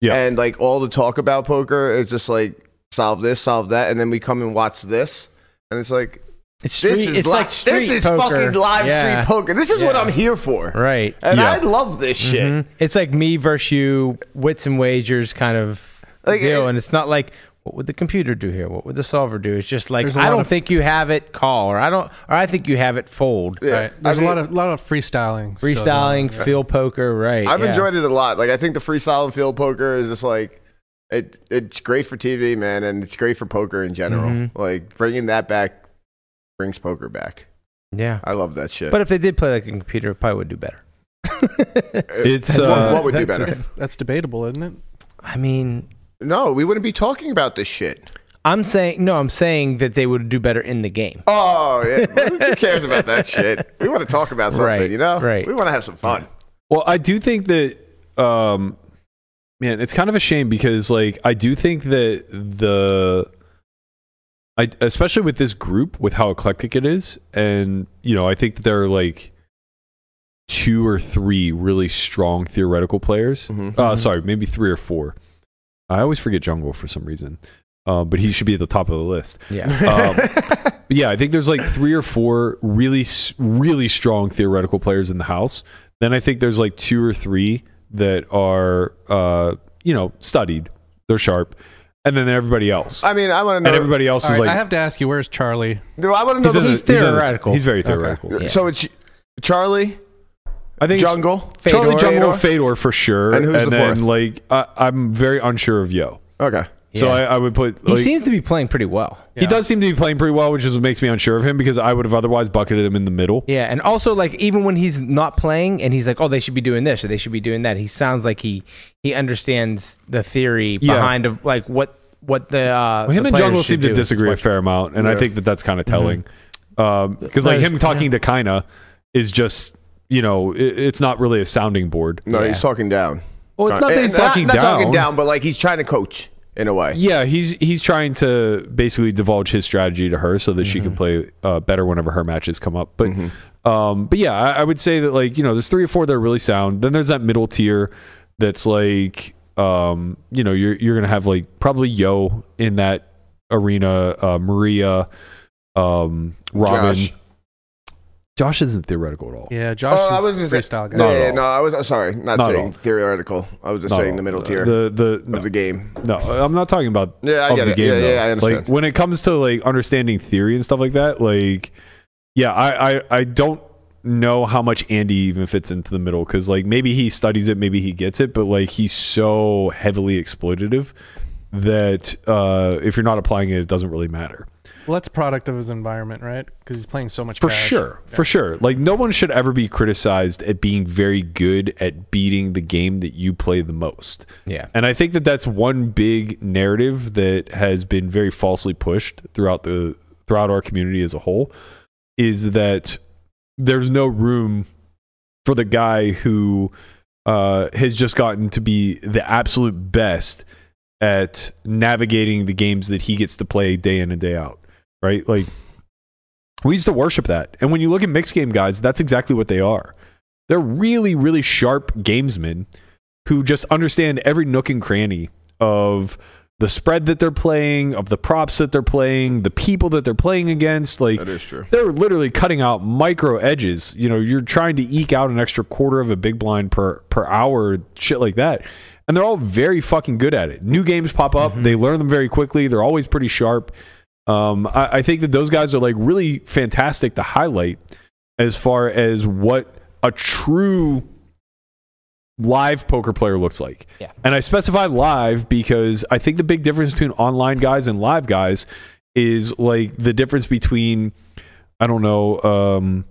Yeah. And like all the talk about poker is just like solve this, solve that, and then we come and watch this, and it's like It's this is li- this is fucking live Yeah. street poker. This is what Yeah. I'm here for, Right. And Yeah. I love this shit. Mhm. It's like me versus you, wits and wagers kind of Like, deal. it- and it's not like, what would the computer do here? What would the solver do? It's just like, There's a I lot don't of- think you have it, call, or I don't, or I think you have it, fold. Yeah. Right. There's I mean- a lot of lot of freestyling. still going on. Freestyling, field poker, right. I've yeah. enjoyed it a lot. Like I think the freestyle and field poker is just like it. It's great for TV, man, and it's great for poker in general. Mhm. Like bringing that back brings poker back. Yeah. I love that shit. But if they did play like a computer, it probably would [LAUGHS] do better. It's What- uh, what would do That's- better? That's, that's debatable, isn't it? [LAUGHS] I mean, No, we wouldn't be talking about this shit. I'm saying, no, I'm saying that they would do better in the game. Oh, yeah. who cares about [LAUGHS] that shit? We want to talk about something, Right, you know? right. We want to have some fun. Well, I do think that, um, man, it's kind of a shame because, like, I do think that the, I especially with this group, with how eclectic it is, and you know, I think that there are like two or three really strong theoretical players. Uh, sorry, maybe three or four. I always forget Jungle for some reason, uh, but he should be at the top of the list. [LAUGHS] Yeah. Um, but yeah, I think there's like three or four really, s- really strong theoretical players in the house. Then I think there's like two or three that are, uh, you know, studied. They're sharp, and then everybody else. I mean, I want to and know. everybody else All is right, like, I have to ask you, where's Charlie? No, I want to know. in the- the- he's in the- theoretical. he's very Okay. theoretical. Yeah. So it's Charlie, I think it's Jungle. Charlie Fedor. Jungle Fedor for sure, And who's the then fourth? like I, I'm very unsure of Yo. Okay. So Yeah. I, I would put He like, seems to be playing pretty well. he does seem to be playing pretty well, which is what makes me unsure of him because I would have otherwise bucketed him in the middle. Yeah, and also like even when he's not playing and he's like, "Oh, they should be doing this or they should be doing that," he sounds like he he understands the theory Yeah. behind of like what what the uh, Well, him the and players Jungle should seem do to is disagree a what- fair amount, and I Yeah. think that that's kind of telling. Because like That is- him talking to Kina is just you know i it's not really a sounding board. No, he's talking down. Well, it's not that And he's talking not down. talking down, but like he's trying to coach in a way. Yeah, he's he's trying to basically divulge his strategy to her so that she can Mm-hmm. play uh, better whenever her matches come up. But Mm-hmm. um, but yeah, I, I would say that like you know there's three or four that are really sound. Then there's that middle tier that's like um, you know you're you're gonna have like probably Yo in that arena, uh, Maria, um, Robin. Josh. Josh. isn't theoretical at all. Yeah, Josh Oh, I is was a gonna say- freestyle Not guy. No, at yeah, all. no, I was I'm sorry, not, Not at all. saying theoretical. I was just Not at saying all. the middle tier The the no, of the game. no, I'm not talking about Yeah, I of get the it. game. yeah, though. yeah, I understand. Like when it comes to like understanding theory and stuff like that, like yeah, I I, I don't know how much Andy even fits into the middle because like maybe he studies it, maybe he gets it, but like he's so heavily exploitative that uh, if you're not applying it, it doesn't really matter. Well, that's a product of his environment, right? Because he's playing so much. For cash. sure, for sure. Like no one should ever be criticized at being very good at beating the game that you play the most. Yeah. And I think that that's one big narrative that has been very falsely pushed throughout the throughout our community as a whole is that there's no room for the guy who uh, has just gotten to be the absolute best at navigating the games that he gets to play day in and day out, right? Like we used to worship that. And when you look at mixed game guys, that's exactly what they are. They're really, really sharp gamesmen who just understand every nook and cranny of the spread that they're playing, of the props that they're playing, the people that they're playing against. Like That is true. they're literally cutting out micro edges. You know, you're trying to eke out an extra quarter of a big blind per per hour, shit like that. And they're all very fucking good at it. New games pop up, they learn them very quickly. They're always pretty sharp. Um, I, I think that those guys are like really fantastic to highlight as far as what a true live poker player looks like. Yeah. And I specify live because I think the big difference between online guys and live guys is like the difference between I don't know um,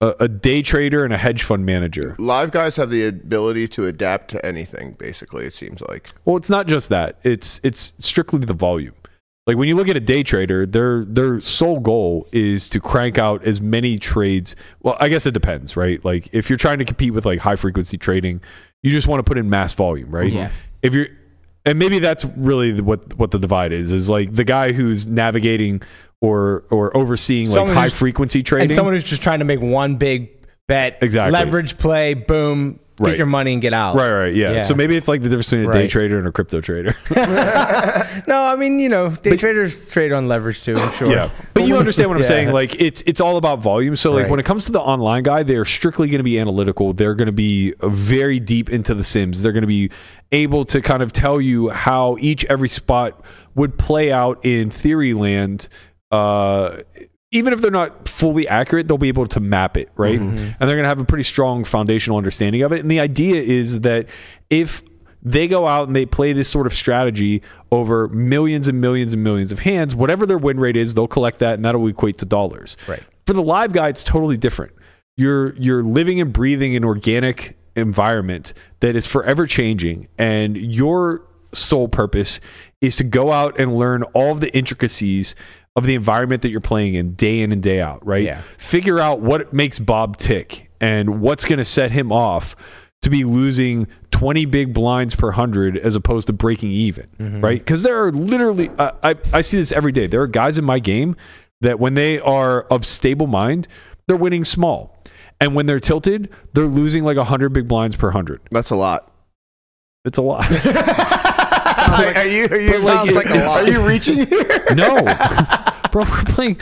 a, a day trader and a hedge fund manager. Live guys have the ability to adapt to anything. Basically, it seems like Well, it's not just that. It's it's strictly the volume. Like when you look at a day trader, their their sole goal is to crank out as many trades. Well, I guess it depends, right? Like if you're trying to compete with like high frequency trading, you just want to put in mass volume, right? Yeah. If you're and maybe that's really the- what what the divide is is like the guy who's navigating or or overseeing Someone like high who's- frequency trading. And someone who's just trying to make one big bet, Exactly. leverage play, boom, Right. get your money and get out. right, right, yeah. Yeah. So maybe it's like the difference between a day Right. trader and a [LAUGHS] crypto trader. No, I mean, you know, day traders trade on leverage too, I'm sure. Yeah, but you understand what I'm Yeah. saying. Like it's it's all about volume. So like Right. when it comes to the online guy, they're strictly going to be analytical. They're going to be uh, very deep into the sims. They're going to be able to kind of tell you how each every spot would play out in theory land. Uh, even if they're not fully accurate, they'll be able to map it right, Mm-hmm. and they're going to have a pretty strong foundational understanding of it. And the idea is that if they go out and they play this sort of strategy over millions and millions and millions of hands. Whatever their win rate is, they'll collect that, and that'll equate to dollars. Right. For the live guy, it's totally different. You're you're living and breathing an organic environment that is forever changing, and your sole purpose is to go out and learn all of the intricacies of the environment that you're playing in day in and day out. Right. Yeah. Figure out what makes Bob tick and what's going to set him off to be losing 20 big blinds per 100 as opposed to breaking even, right? Because there are literally, I, I, I see this every day. There are guys in my game that when they are of stable mind, they're winning small. And when they're tilted, they're losing like 100 big blinds per 100. that's a lot. It's a lot. [LAUGHS] [LAUGHS] are you, are you, But, like, it- it's- are you [LAUGHS] reaching here? no. Bro, we're playing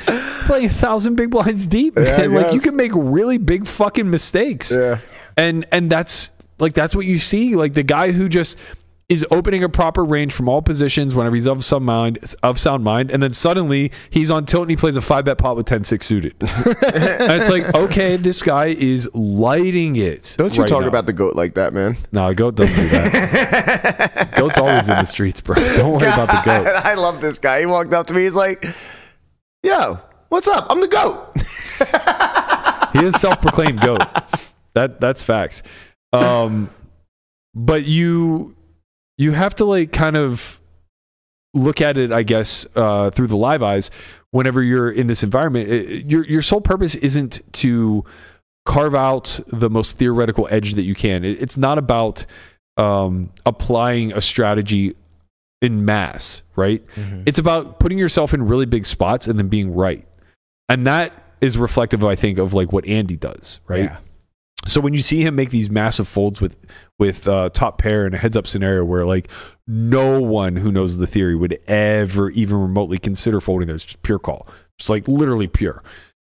playing a thousand big blinds deep. I man. like you guess. can make really big fucking mistakes. Yeah. And and that's like that's what you see. Like the guy who just is opening a proper range from all positions whenever he's of some mind of sound mind, and then suddenly he's on tilt and he plays a five bet pot with 10-6 suited. [LAUGHS] and it's like, okay, this guy is lighting it. Don't you right talk now. about the goat like that, [LAUGHS] man. No, goat doesn't [LAUGHS] do that. Goat's always in the [LAUGHS] streets, bro. Don't worry about the goat. [LAUGHS] I love this guy. He walked up to me. He's like, "Yo, what's up? I'm the goat." [LAUGHS] he is self-proclaimed goat. That that's facts. Um, but you you have to like kind of look at it, I guess, uh, through the live eyes. Whenever you're in this environment, It- it- your your sole purpose isn't to carve out the most theoretical edge that you can. It- it's not about um, applying a strategy in mass, right? It's about putting yourself in really big spots and then being right and that is reflective i think of like what andy does right Yeah. so when you see him make these massive folds with with uh, top pair in a heads up scenario where like no one who knows the theory would ever even remotely consider folding those just pure call just like literally pure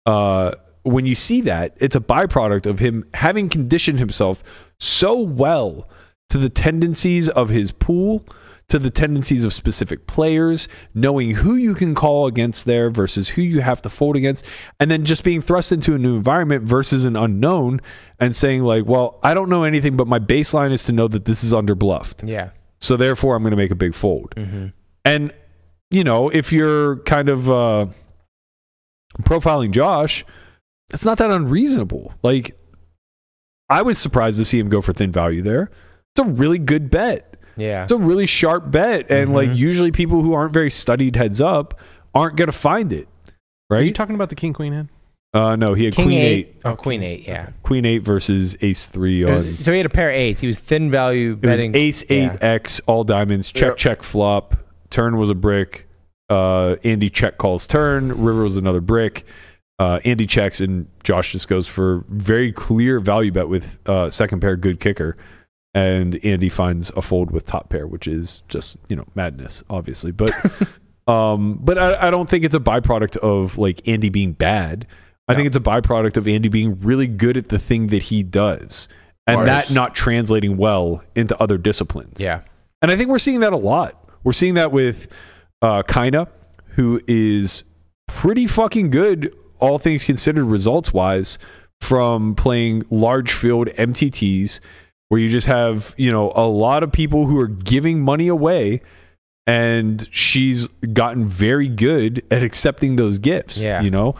uh when you see that it's a byproduct of him having conditioned himself so well to the tendencies of his pool to the tendencies of specific players, knowing who you can call against there versus who you have to fold against, and then just being thrust into a new environment versus an unknown and saying, like, well, I don't know anything, but my baseline is to know that this is underbluffed. Yeah. So therefore, I'm going to make a big fold. Mm-hmm. And, you know, if you're kind of uh, profiling Josh, it's not that unreasonable. Like, I was surprised to see him go for thin value there. It's a really good bet Yeah. it's a really sharp bet and Mm-hmm. like usually people who aren't very studied heads up aren't gonna find it Are you right talking about the king queen hand? uh no he had King queen eight. eight. Oh, queen eight, yeah. queen eight versus ace three It on was- so he had a pair of eights. He was thin value it was betting. ace eight Yeah. x all diamonds check Yep. check flop turn was a brick uh andy check calls turn river was another brick uh andy checks and josh just goes for very clear value bet with uh second pair good kicker and Andy finds a fold with top pair, which is just you know madness, obviously. But [LAUGHS] um, but I, I don't think it's a byproduct of like Andy being bad. I think it's a byproduct of Andy being really good at the thing that he does, and Bars. that not translating well into other disciplines. Yeah. And I think we're seeing that a lot. We're seeing that with uh, Kaina, who is pretty fucking good, all things considered, results wise, from playing large field MTTs where you just have, you know, a lot of people who are giving money away. And she's gotten very good at accepting those gifts. Yeah. You know,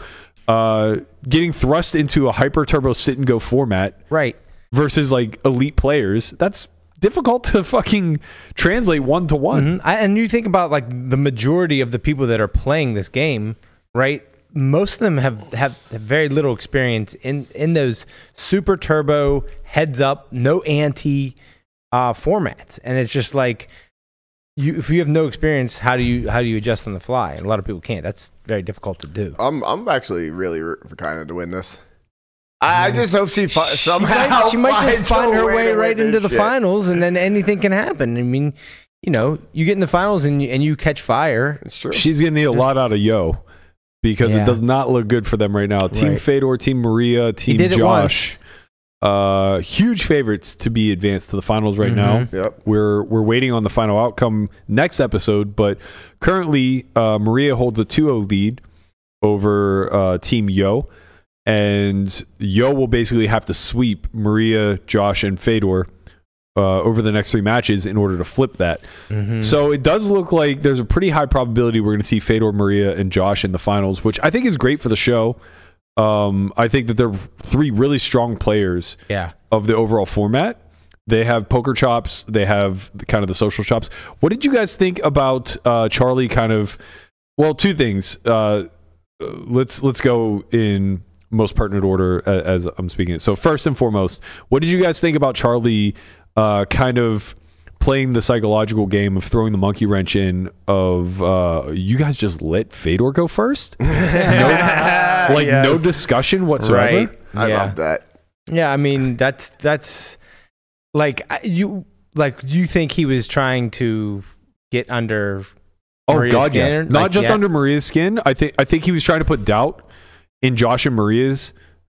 uh, getting thrust into a hyper turbo sit and go format Right. versus like elite players, that's difficult to fucking translate one to one. Mhm. I, and you think about like the majority of the people that are playing this game, right? Most of them have, have, have very little experience in, in those super turbo heads up, no anti uh, formats, and it's just like you if you have no experience, how do you how do you adjust on the fly? And a lot of people can't. That's very difficult to do. I'm I'm actually really rooting for Kaina to win this. I, I just hope she fi- somehow she might finds just find a her way to right win into this the shit. finals, and then anything can happen. I mean, you know, you get in the finals and you, and you catch fire. It's true. She's gonna need a lot out of Yo because Yeah. it does not look good for them right now. Team Right. Fedor, Team Maria, Team did it Josh. Uh, huge favorites to be advanced to the finals right now. Mhm. Yep. We're we're waiting on the final outcome next episode, but currently uh, Maria holds a 2-0 lead over uh, Team Yo, and Yo will basically have to sweep Maria, Josh, and Fedor uh, over the next three matches in order to flip that. So it does look like there's a pretty high probability we're going to see Fedor, Maria, and Josh in the finals, which I think is great for the show. Um, I think that they're three really strong players Yeah. of the overall format. They have poker chops. They have the, kind of the social chops. What did you guys think about uh, Charlie? Kind of, well, two things. Uh, uh, let's let's go in most pertinent order a- as, I'm speaking. it. So first and foremost, what did you guys think about Charlie? Uh, kind of playing the psychological game of throwing the monkey wrench in of uh, you guys just let Fedor go first, no, [LAUGHS] like no discussion whatsoever. Right. I yeah. love that. Yeah, I mean that's that's like I- you like you think he was trying to get under Oh Maria's God, yeah. skin or- Not like, just yeah. under Maria's skin. I think I think he was trying to put doubt in Josh and Maria's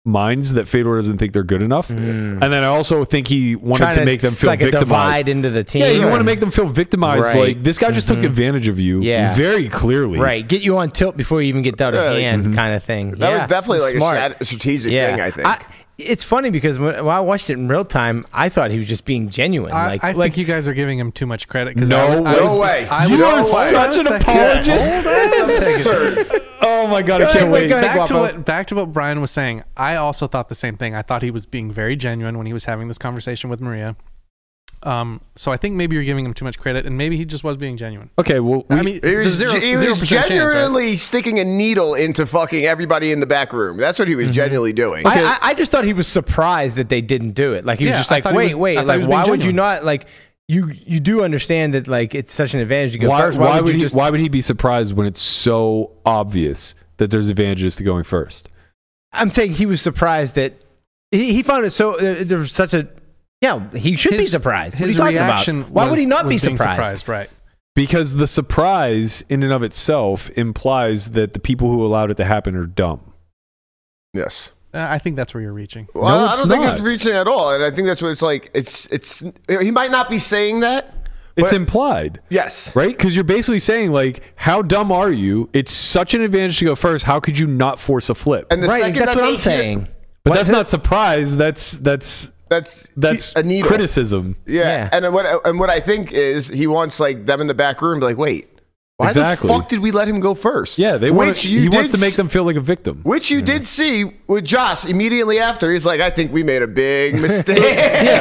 minds that Fedor doesn't think they're good enough. And then I also think he wanted Mm. trying to make them feel like a victimized. divide into the team. yeah, you want to and- make them feel victimized. Right. Mm-hmm. Like this guy just took advantage of you. Yeah. very clearly. right get you on tilt before you even get out of Yeah, like- hand Mm-hmm. kind of thing. That Yeah. was definitely like Smart. a strat- strategic thing. I think. it's funny because when, when I watched it in real time, I thought he was just being genuine. I, like, I like think you guys are giving him too much credit. 'cause No I, I way. was- No way. I You was- are Hold on such a an second. apologist. Hold on a second. Oh my God, I ahead, can't wait, wait. go ahead. back to Guapo. what back to what Brian was saying. I also thought the same thing. I thought he was being very genuine when he was having this conversation with Maria. Um, so I think maybe you're giving him too much credit, and maybe he just was being genuine. Okay, well, we, I mean, He was, there's zero, he was zero percent chance, right? genuinely sticking a needle into fucking everybody in the back room. That's what he was genuinely doing. Mm-hmm. I, I, I just thought he was surprised that they didn't do it. Like he Yeah, was just I like, thought he wait, was- I wait, thought he like was why being would you genuine. not like you you do understand that like it's such an advantage to go why, first. why, would, you he, just why would he be surprised when it's so obvious that there's advantages to going first? I'm saying he was surprised that he, he found it so uh, there was such a yeah he should be His- surprised. What are his you talking about? reaction Why was- would he not be was being surprised? Right. Because the surprise in and of itself implies that the people who allowed it to happen are dumb. yes. Uh, I think that's where you're reaching. Well, I- I, it's don't think not. it's reaching at all, and I think that's what it's like. It's it's he might not be saying that. It's But- implied, Yes. right? Because you're basically saying, like, how dumb are you? It's such an advantage to go first. How could you not force a flip? And the Right, second that's that what they I'm hear- saying. but that's not surprise. That's that's That's that's a needle. criticism. Yeah. Yeah. And then what and what I think is he wants like them in the back room to be like, wait, why Exactly. the fuck did we let him go first? Yeah, they want. which you He did wants to make s- them feel like a victim. Which you did see with Josh immediately after. He's like, I think we made a [LAUGHS] big mistake.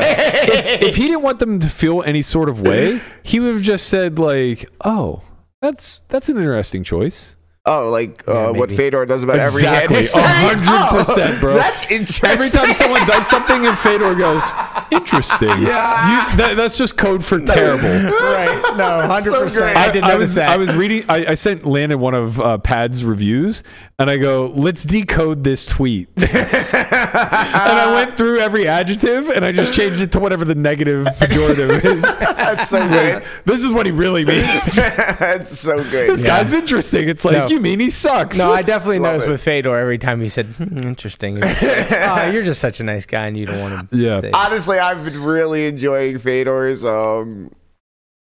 if, if he didn't want them to feel any [LAUGHS] sort of way, he would have just said like, "Oh, that's that's an interesting choice." Oh, like Yeah, uh, what maybe. Fedor does about [LAUGHS] Exactly. every hand mistake? 100%, Oh, [LAUGHS] bro. That's interesting. Every time someone does something and Fedor goes, interesting. Yeah. You, that, that's just code for terrible. right. No, hundred percent. great. [LAUGHS] I did I notice was, that. I was reading. I, I sent Landon one of uh, Pad's reviews, and I go, "Let's decode this [LAUGHS] tweet." and I went through every adjective, and I just changed it to whatever the negative pejorative [LAUGHS] is. That's so good. This is what he really means. That's so This good. guy's interesting. It's like No. you mean he [LAUGHS] sucks. [LAUGHS] no, I definitely Love noticed it. with Fedor every time he said hmm, interesting. It's just like, "Oh, you're just such a nice guy, and you don't want to. Yeah. say-" [LAUGHS] Honestly, I've been really enjoying Fedor's um,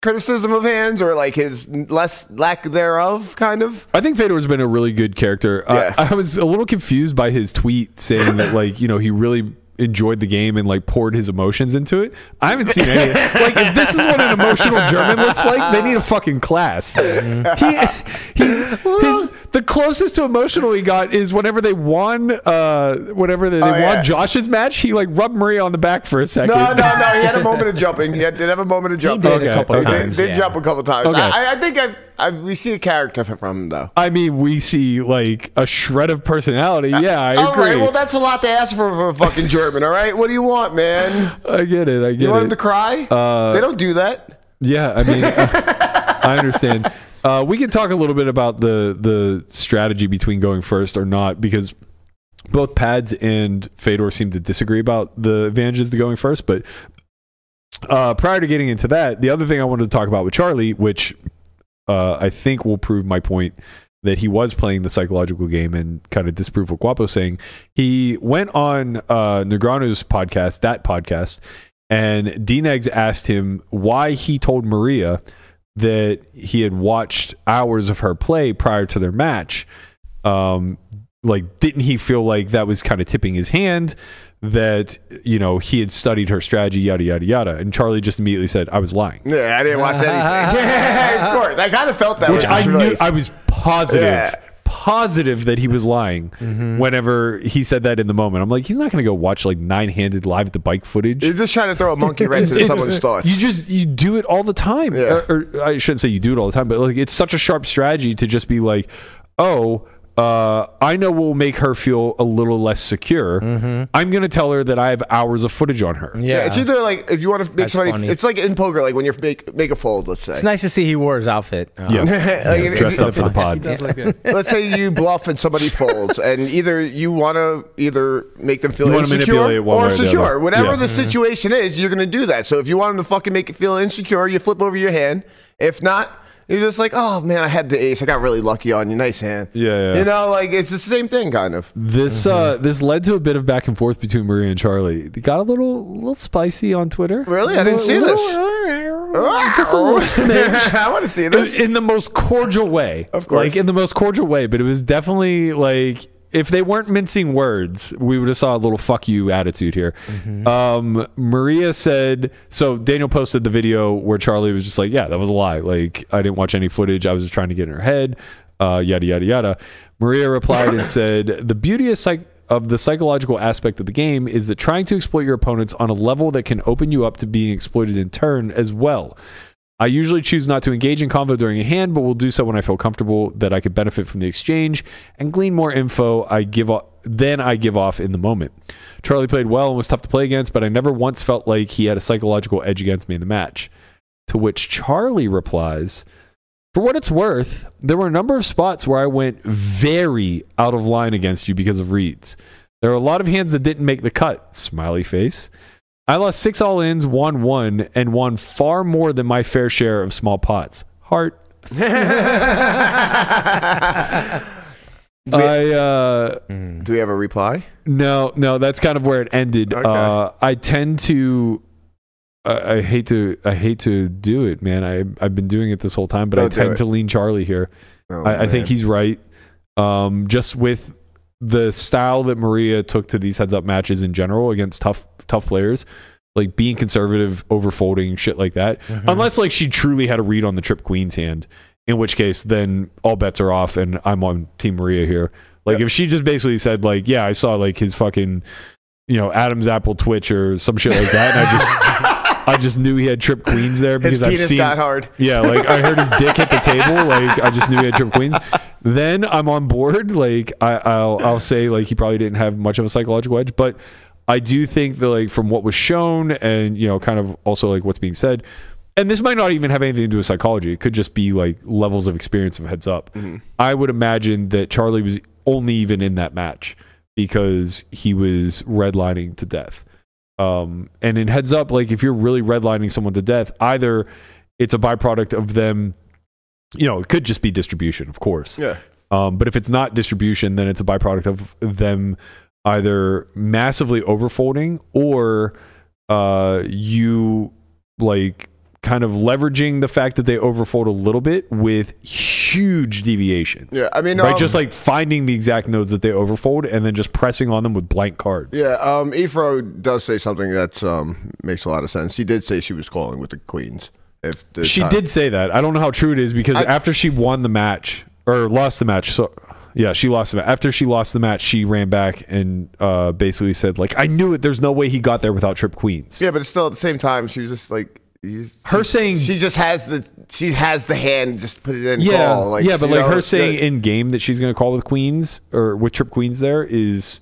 criticism of hands, or like his less lack thereof, kind of. I think Fedor's been a really good character. Yeah. I, I was a little confused by his tweet saying that, like, you know, he really enjoyed the game and like poured his emotions into it. I haven't seen any. like, if this is what an emotional German looks like, they need a fucking class. He, he, his, the closest to emotional he got is whenever they won, uh, whenever they, they Oh, won yeah. Josh's match, he like rubbed Maria on the back for a second. No, no, no. He had a [LAUGHS] moment of jumping. He had, did have a moment of He jumping. did Okay, a couple okay. They- times. They, yeah. jump a couple times. Okay. I, I think I, I we see a character from him though. I mean, we see like a shred of personality. Yeah, I all agree. Uh, oh, right, well that's a lot to ask for for a fucking German. All right, what do you want, man? I get it. I get [LAUGHS] You want it. him to cry? Uh, they don't do that. Yeah, I mean, I understand. Uh, we can talk a little bit about the the strategy between going first or not because both Pads and Fedor seem to disagree about the advantages to going first. But uh, prior to getting into that, the other thing I wanted to talk about with Charlie, which uh, I think will prove my point that he was playing the psychological game and kind of disprove what Guapo's saying. He went on uh, Negrano's podcast, that podcast, and Dinegs asked him why he told Maria that he had watched hours of her play prior to their match. Um, like, didn't he feel like that was kind of tipping his hand? That you know he had studied her strategy, yada yada yada, and Charlie just immediately said, "I was lying," Yeah, I didn't watch anything. [LAUGHS] Yeah, of course, I kind of felt that. which was I his knew release. I was positive, Yeah. positive that he was lying. Whenever he said that in the moment, I'm like, he's not going to go watch like nine handed live at the bike footage. You're just trying to throw a monkey wrench into [LAUGHS] It's- someone's thoughts. You just you do it all the time. Yeah. Or, or I shouldn't say you do it all the time, but like it's such a sharp strategy to just be like, oh. Uh, I know what will make her feel a little less secure. Mm-hmm. I'm going to tell her that I have hours of footage on her. yeah. it's either like if you want to make That's somebody. funny. It's like in poker, like when you make make a fold. Let's say. It's nice to see he wore his outfit. Uh, Yeah. [LAUGHS] Like, if- if Dressed you- up for the pod. [LAUGHS] let's say you bluff and somebody folds, and either you want to either make them feel You wanna insecure manipulate it one way or or the other. secure. Whatever Yeah. Mm-hmm. the situation is, you're going to do that. So if you want them to fucking make it feel insecure, you flip over your hand. If not, you're just like, oh man, I had the ace. I got really lucky on your nice hand. Yeah, yeah. You know, like it's the same thing, kind [LAUGHS] of. [LAUGHS] This Mm-hmm. uh, this led to a bit of back and forth between Maria and Charlie. It got a little little spicy on Twitter. uh, Really? I didn't see this. Ah. Just a little [LAUGHS] smidge. I want to see in, this. in the most cordial way. Of course. Like in the most cordial way, but it was definitely like if they weren't mincing words, we would have saw a little fuck you attitude here. Mm-hmm. Um, Maria said so Daniel posted the video where Charlie was just like, Yeah, that was a lie. Like I didn't watch any footage. I was just trying to get in her head. Uh, yada yada yada. Maria [LAUGHS] replied and said, The beauty of psych of the psychological aspect of the game is that trying to exploit your opponents on a level that can open you up to being exploited in turn as well. I usually choose not to engage in convo during a hand, but will do so when I feel comfortable that I could benefit from the exchange and glean more info I give off than I give off in the moment. Charlie played well and was tough to play against, but I never once felt like he had a psychological edge against me in the match. To which Charlie replies, For what it's worth, there were a number of spots where I went very out of line against you because of reads. There are a lot of hands that didn't make the cut. Smiley face. I lost six all ins, won one, and won far more than my fair share of small pots. Heart. Um, [LAUGHS] I uh, Hmm. Do we have a reply? no, no. That's kind of where it ended. Okay. Uh, I tend to. I, I hate to. I hate to do it, man. I I've been doing it this whole time, but I Don't do tend it. to lean Charlie here. No, I, I think man. he's right. Um, just with the style that Maria took to these heads up matches in general against tough tough players, like being conservative, overfolding, shit like that. Mm-hmm. Unless like she truly had a read on the trip queen's hand, in which case then all bets are off and I'm on team Maria here. Like if she just basically said like, yeah, I saw like his fucking you know, Adam's apple twitch or some shit like that and I [LAUGHS] just I just knew he had trip queens there because his I've penis seen got hard. yeah, like I heard his dick at the table. Like I just knew he had trip queens. then I'm on board. Like I, I'll I'll say like he probably didn't have much of a psychological edge, but I do think that like from what was shown and you know kind of also like what's being said, and this might not even have anything to do with psychology. It could just be like levels of experience of heads up. Mm-hmm. I would imagine that Charlie was only even in that match because he was redlining to death. Um, and in heads up, like if you're really redlining someone to death, either it's a byproduct of them, you know, it could just be distribution, of course. Yeah. Um, but if it's not distribution, then it's a byproduct of them either massively overfolding or uh, you like kind of leveraging the fact that they overfold a little bit with huge deviations. Yeah, I mean, right, um, just like finding the exact nodes that they overfold and then just pressing on them with blank cards. Yeah, um, Ifro does say something that um, makes a lot of sense. He did say she was calling with the queens. If the She time- did say that. I don't know how true it is because I- after she won the match or lost the match, so yeah, she lost the match. After she lost the match, she ran back and uh, basically said like, "I knew it. There's no way he got there without trip queens." Yeah, but it's still at the same time, she was just like, he's, Her she, saying- she just has the she has the hand, just put it in. Yeah, call. Like, yeah, but you like know, her it's saying good. in game that she's going to call with queens or with trip queens there is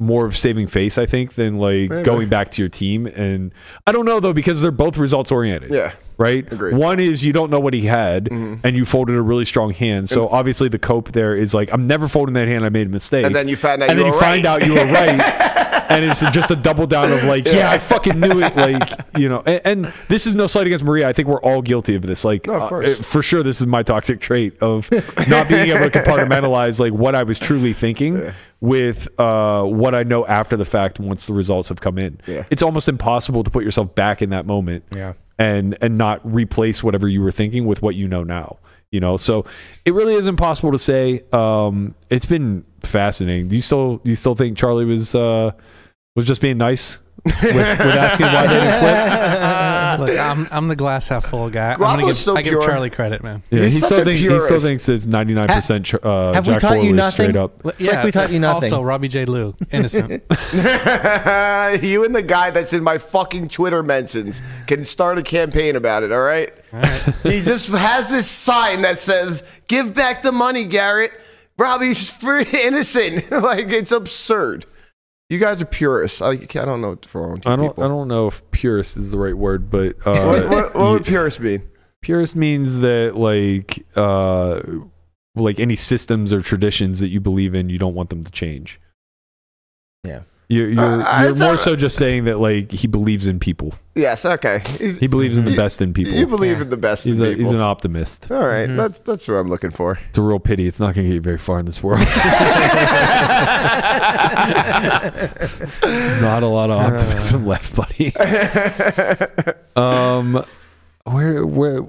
more of saving face, I think, than like Maybe. going back to your team. And I don't know though because they're both results oriented. Yeah. right? Agreed. Mm-hmm. One is you don't know what he had, and you folded a really strong hand. So obviously the cope there is like, I'm never folding that hand. I made a mistake. And then you find out and you then were you find right. out you [LAUGHS] were right. and it's just a double down of like, yeah, I fucking knew it. Like, you know, and, and this is no slight against Maria. I think we're all guilty of this. Like, of uh, course. for sure, this is my toxic trait [LAUGHS] of not being able to compartmentalize like what I was truly thinking with uh, what I know after the fact. Once the results have come in, Yeah. it's almost impossible to put yourself back in that moment Yeah. and and not replace whatever you were thinking with what you know now you know so it really is impossible to say um it's been fascinating do you still you still think charlie was uh was just being nice with, with asking why [LAUGHS] they didn't flip [LAUGHS] Look, I'm, I'm the glass half full guy. I'm Guapo's gonna give, so I give pure. Charlie credit, man. yeah, He's he, such still a think, he still purist. tr it's 99% ch- uh, Have we jack taught you Forley nothing? straight up It's like we taught you nothing. Also, Robbie J. Lou, [LAUGHS] innocent. Uh, [LAUGHS] you and the guy that's in my fucking Twitter mentions can start a campaign about it. All right. he just has this sign that says "Give back the money, Garrett." Robbie's free [LAUGHS] innocent. like it's absurd. You guys are purists. I, I don't know what's wrong with you i don't people. i don't know if purist is the right word but What, uh what, what [LAUGHS] would purist mean? purist means that like uh like any systems or traditions that you believe in you don't want them to change Yeah. you're you're, Uh, I- you're it's more not- so just saying that like he believes in people Yes. Okay. he believes in the best in people You believe in the best. he's in a people. he's an Mm-hmm. optimist All right, that's that's what I'm looking for. [LAUGHS] it's a real pity it's not gonna get you very far in this world [LAUGHS] not a lot [LAUGHS] of optimism left buddy um where where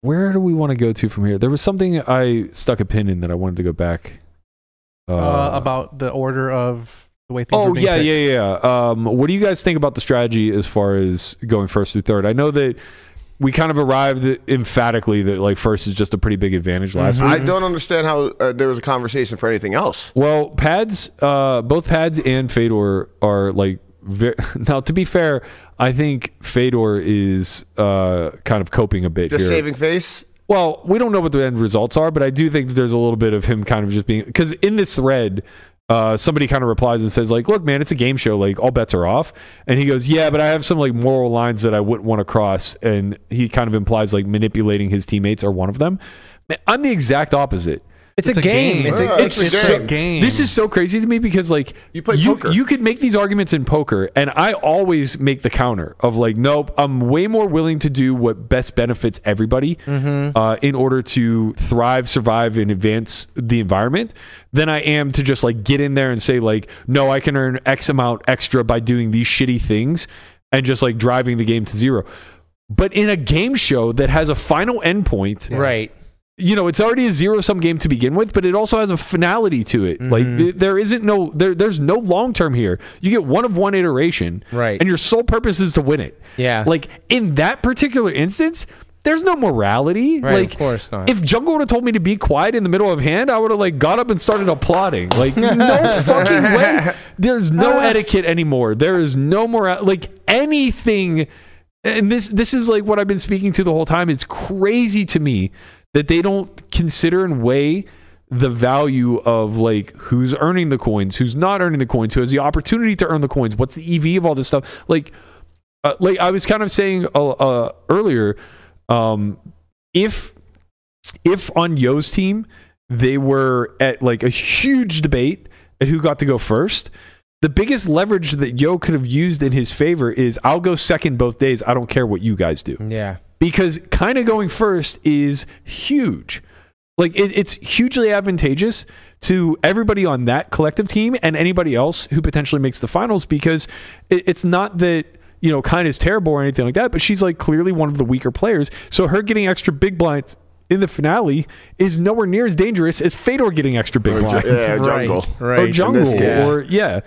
where do we want to go to from here there was something i stuck a pin in that i wanted to go back uh, about the order of the way things. were Oh being yeah, picked. yeah, yeah. Um, what do you guys think about the strategy as far as going first through third? I know that we kind of arrived emphatically that like first is just a pretty big advantage last week. I don't understand how uh, there was a conversation for anything else. Well, pads, uh, both pads and Fedor are like. Very, [LAUGHS] now, to be fair, I think Fedor is uh, kind of coping a bit Just here. saving face. Well, we don't know what the end results are, but I do think that there's a little bit of him kind of just being because in this thread, uh, somebody kind of replies and says like, "Look, man, it's a game show. Like all bets are off." And he goes, "Yeah, but I have some like moral lines that I wouldn't want to cross." And he kind of implies like manipulating his teammates are one of them. Man, I'm the exact opposite. It's, a, game. It's a, Yeah, it's, it's a it's game. a- game. This is so crazy to me because like You play you, poker. you could make these arguments in poker, and I always make the counter of like, nope, I'm way more willing to do what best benefits everybody Mm-hmm. uh, in order to thrive, survive, and advance the environment than I am to just like get in there and say like, no, I can earn X amount extra by doing these shitty things and just like driving the game to zero. But in a game show that has a final endpoint, right. you know it's already a zero sum game to begin with but it also has a finality to it like Mm-hmm. th- there isn't no there there's no long term here you get one of one iteration Right. and your sole purpose is to win it Yeah. like in that particular instance there's no morality Right, like of course not. if jungle would have told me to be quiet in the middle of hand i would have like got up and started applauding [LAUGHS] like no fucking way there's no etiquette anymore there is no moral like anything and this this is like what I've been speaking to the whole time. It's crazy to me that they don't consider and weigh the value of like who's earning the coins, who's not earning the coins, who has the opportunity to earn the coins, what's the EV of all this stuff. Like, uh, like I was kind of saying uh, uh, earlier, um, if if on Yo's team they were at like a huge debate at who got to go first, the biggest leverage that Yo could have used in his favor is I'll go second both days. I don't care what you guys do Yeah. because kind of going first is huge. Like it, it's hugely advantageous to everybody on that collective team and anybody else who potentially makes the finals because it, it's not that you know kind is terrible or anything like that, but she's like clearly one of the weaker players. So her getting extra big blinds in the finale is nowhere near as dangerous as Fedor getting extra big blinds yeah, jungle. Right. or Oh, jungle this case. or [LAUGHS] yeah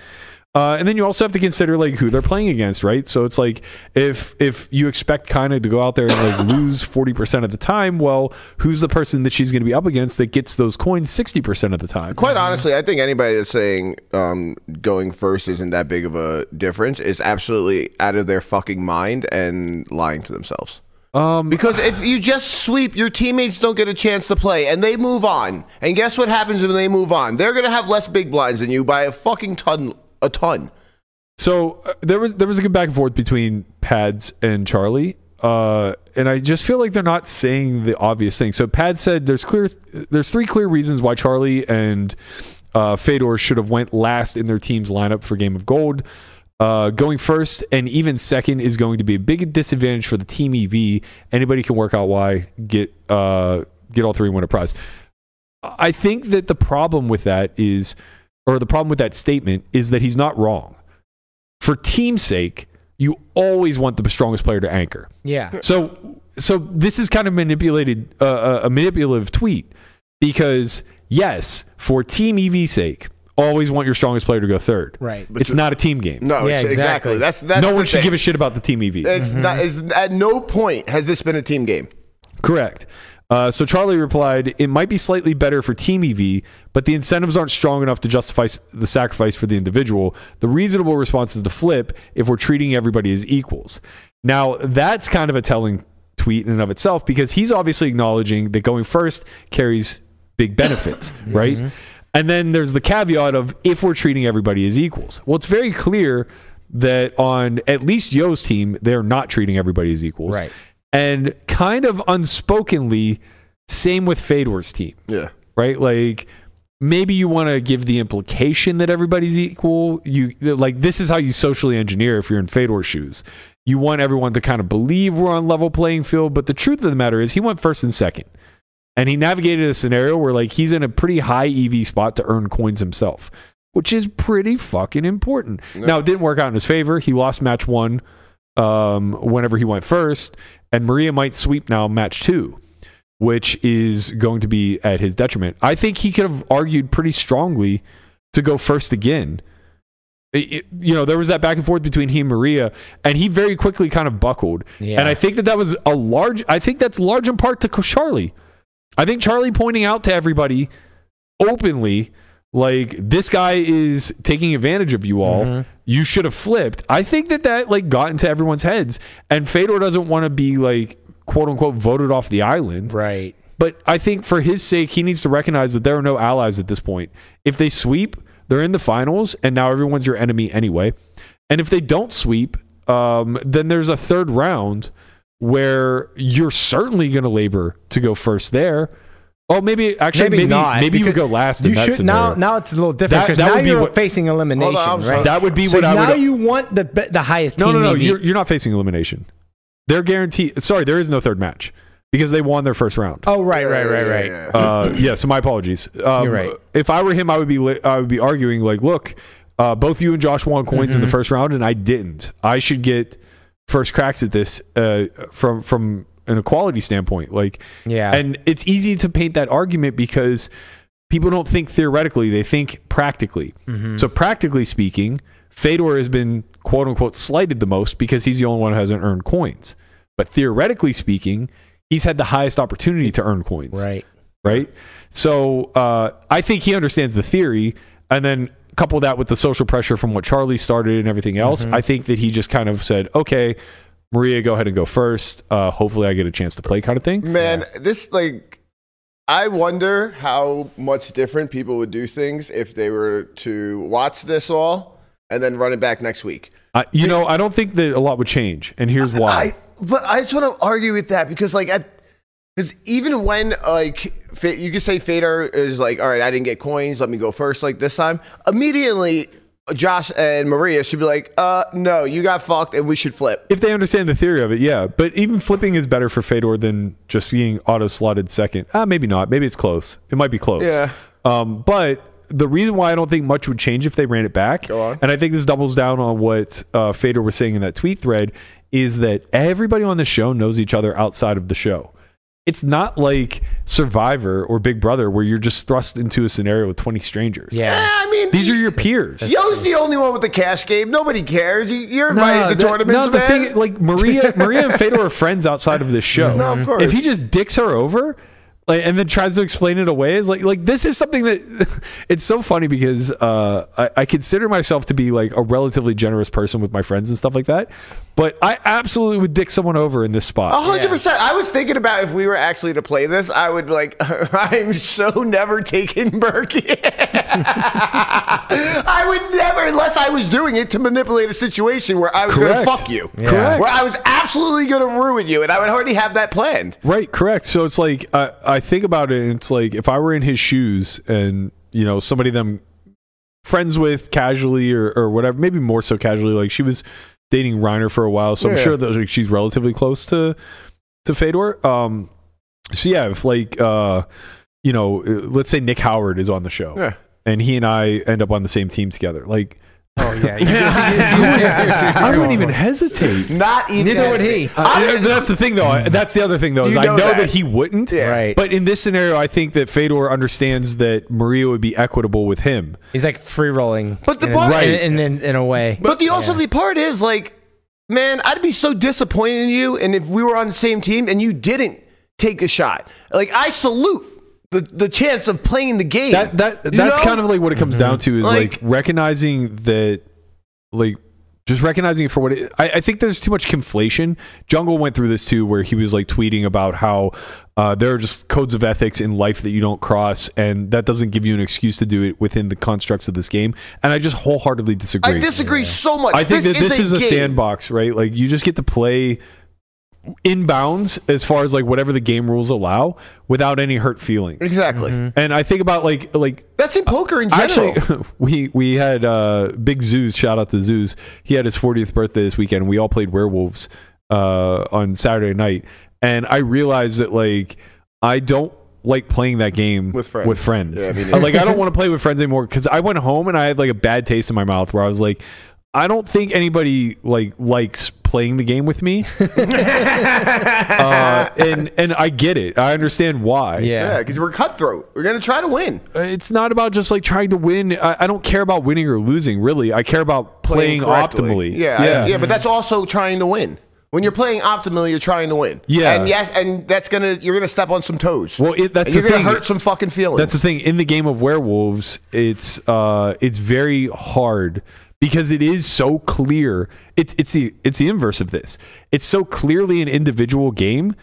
uh, and then you also have to consider like who they're playing against right so it's like if if you expect kind of to go out there and like [LAUGHS] lose 40% of the time well who's the person that she's going to be up against that gets those coins 60% of the time Quite honestly, I think anybody that's saying um, going first isn't that big of a difference is absolutely out of their fucking mind and lying to themselves. um Because if you just sweep, your teammates don't get a chance to play, and they move on. And guess what happens when they move on? They're gonna have less big blinds than you by a fucking ton, a ton. So uh, there was there was a good back and forth between Pads and Charlie, uh, and I just feel like they're not saying the obvious thing. So Pads said there's clear there's three clear reasons why Charlie and uh, Fedor should have went last in their team's lineup for Game of Gold. Uh, going first and even second is going to be a big disadvantage for the team EV. Anybody can work out why. Get uh, get all three and win a prize. I think that the problem with that is, or the problem with that statement is that he's not wrong for team's sake, you always want the strongest player to anchor. Yeah. So, so this is kind of manipulated, uh, a manipulative tweet because yes, for team EV sake, always want your strongest player to go third. Right. it's not a team game. No, Yeah, it's- exactly. exactly. That's that's. no the one should thing. give a Mm-hmm. shit about the team E EV. It's not. It's, at no point has this been a team game. Correct. Uh, so Charlie replied, "It might be slightly better for Team EV, but the incentives aren't strong enough to justify s- the sacrifice for the individual. The reasonable response is to flip if we're treating everybody as equals." Now that's kind of a telling tweet in and of itself because he's obviously acknowledging that going first carries big benefits, right? And then there's the caveat of if we're treating everybody as equals. Well, it's very clear that on at least Yo's team, they're not treating everybody as equals Right. and kind of unspokenly, same with Fedor's team, Yeah. right? Like maybe you want to give the implication that everybody's equal. You like this is how you socially engineer if you're in Fedor's shoes. You want everyone to kind of believe we're on level playing field, but the truth of the matter is he went first and second. And he navigated a scenario where like he's in a pretty high EV spot to earn coins himself, which is pretty fucking important. Now it didn't work out in his favor. He lost match 1 um, whenever he went first, and Maria might sweep now match two, which is going to be at his detriment. I think he could have argued pretty strongly to go first again. It- it- you know, there was that back and forth between he and Maria, and he very quickly kind of buckled. Yeah. And I think that that was a large. I think that's large in part to Charlie. I think Charlie pointing out to everybody openly like this guy is taking advantage of you all you should have flipped i think that that like got into everyone's heads and fedor doesn't want to be like quote unquote voted off the island Right. but i think for his sake he needs to recognize that there are no allies at this point if they sweep they're in the finals and now everyone's your enemy anyway and if they don't sweep um, then there's a third round where you're certainly going to labor to go first there Oh, maybe actually, maybe, maybe, you would because go last. in You that should now. scenario. Now it's a little different That- because that now would be you're what- facing elimination, Hold on, I'm right? sorry. That would be so what I now would. you want the be- the highest. no, team no, no. EV. You're, you're not facing elimination. They're guaranteed. Sorry, there is no third match because they won their first round. oh, right, right, right, right. Uh, yeah. So my apologies. Um, You're right. If I were him, I would be. Li- I would be arguing like, look, uh, both you and Josh won coins Mm-hmm. in the first round, and I didn't. I should get first cracks at this uh, from from an equality standpoint. Like, Yeah. And it's easy to paint that argument because people don't think theoretically; they think practically. Mm-hmm. So practically speaking, Fedor has been quote unquote slighted the most because he's the only one who hasn't earned coins. But theoretically speaking, he's had the highest opportunity to earn coins Right. right? So uh, I think he understands the theory, and then couple that with the social pressure from what Charlie started and everything else. Mm-hmm. I think that he just kind of said, "Okay, Mm. Maria, go ahead and go first. Uh, hopefully, I get a chance to play," kind of thing. Man, this like I wonder how much different people would do things if they were to watch this all and then run it back next week. I, you know, I don't think that a lot would change, and here's why. I but I just want to argue with that because like at because even when like Fa- you could say Fader is like all right I didn't get coins let me go first like this time immediately Josh and Maria should be like uh no you got fucked and we should flip if they understand the theory of it, yeah. But even flipping is better for Fedor than just being auto slotted second. Ah, maybe not. Maybe it's close. It might be close. Yeah. Um, but the reason why I don't think much would change if they ran it back, Go on. and I think this doubles down on what uh, Fedor was saying in that tweet thread, is that everybody on the show knows each other outside of the show. It's not like Survivor or Big Brother where you're just thrust into a scenario with 20 strangers. yeah [LAUGHS] Yeah. Eh, I mean These are your peers. Yo's the only one with the cash game nobody cares You- you're invited to the- tournaments no, the man thing- [LAUGHS] like Maria, Maria and Fedor are friends outside of this show. No, of course. If he just dicks her over, like, and then tries to explain it away, is like, like this is something that [LAUGHS] it's so funny because uh, I, I consider myself to be like a relatively generous person with my friends and stuff like that, but I absolutely would dick someone over in this spot. A hundred percent. I was thinking about if we were actually to play this, I would like. [LAUGHS] I'm so never taking Berkey. [LAUGHS] I would never, unless I was doing it to manipulate a situation where I was going to Correct. fuck you, Correct. where I was absolutely going to ruin you, and I would already have that planned. Right, correct. So it's like I, I think about it, and it's like if I were in his shoes, and you know somebody that I'm friends with casually or or whatever, maybe more so casually. Like she was dating Reiner for a while, so I'm Yeah. sure that like, she's relatively close to to Fedor. Um, so yeah, if like uh, you know, uh, let's say Nick Howard is on the show, Yeah. and he and I end up on the same team [LAUGHS] together, like Oh yeah. yeah. I wouldn't even hesitate. Not even. Neither would he. I- Uh, that's the thing, though. I- That's the other thing, though. Is You I know know that. that. he wouldn't. Yeah. Right. But in this scenario, I think that Fedor understands that Maria would be equitable with him. He's like free rolling. But the in bar- a, in, in, in a way. But the also the part is like, man, I'd be so disappointed in you, and if we were on the same team and you didn't take a shot, like I salute the the chance of playing the game. That that You that's know? kind of like what it comes down to is like, Like- recognizing that, like just recognizing it for what it. I, I think there's too much conflation. Jungle went through this too, where he was like tweeting about how uh, there are just codes of ethics in life that you don't cross, and that doesn't give you an excuse to do it within the constructs of this game. And I just wholeheartedly disagree. I disagree so much. I think this that this is a, game. sandbox, right? Like you just get to play in bounds as far as like whatever the game rules allow without any hurt feelings. Exactly. And I think about like like That's in poker in general. Mm-hmm. [LAUGHS] actually we we had uh Big Zeus, shout out to Zeus. He had his 40th birthday this weekend. We all played werewolves uh on Saturday night. And I realized that like I don't like playing that game With friends. With friends. Yeah, me Uh, [LAUGHS] like I don't want to play with friends anymore because I went home and I had like a bad taste in my mouth where I was like, I don't think anybody like likes playing the game [LAUGHS] with me. uh, and and I get it. I understand why Yeah, yeah. because we're cutthroat. We're gonna try to win. it's not about just like trying to win. I, I don't care about winning or losing, really. I care about playing, correctly. optimally. Yeah, yeah. yeah, But that's also trying to win. When you're playing optimally, you're trying to win. Yeah. and yes, and that's gonna you're gonna step on some toes. Well, it- that's And you're the gonna thing. hurt some fucking feelings. That's the thing. In the game of werewolves, it's uh, it's very hard because it is so clear. It's it's the it's the inverse of this. It's so clearly an individual game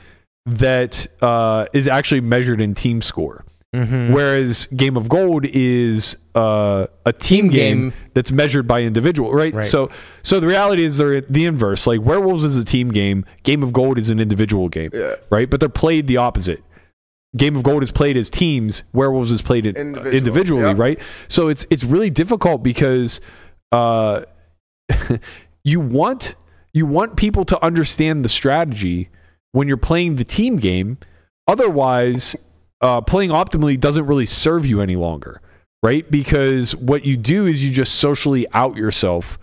that uh, is actually measured in team score. Mm. Mm-hmm. Whereas Game of Gold is uh, a team, Team game, game. that's measured by individual, right? Right. So, so the reality is they're the inverse. Like Werewolves is a team game, Game of Gold is an individual game, right? But they're played the opposite. Game of Gold is played as teams. Werewolves is played in, Individual, individually, yeah. right? So it's it's really difficult because uh, [LAUGHS] you want you want people to understand the strategy when you're playing the team game. Otherwise, uh, playing optimally doesn't really serve you any longer, right? Because what you do is you just socially out yourself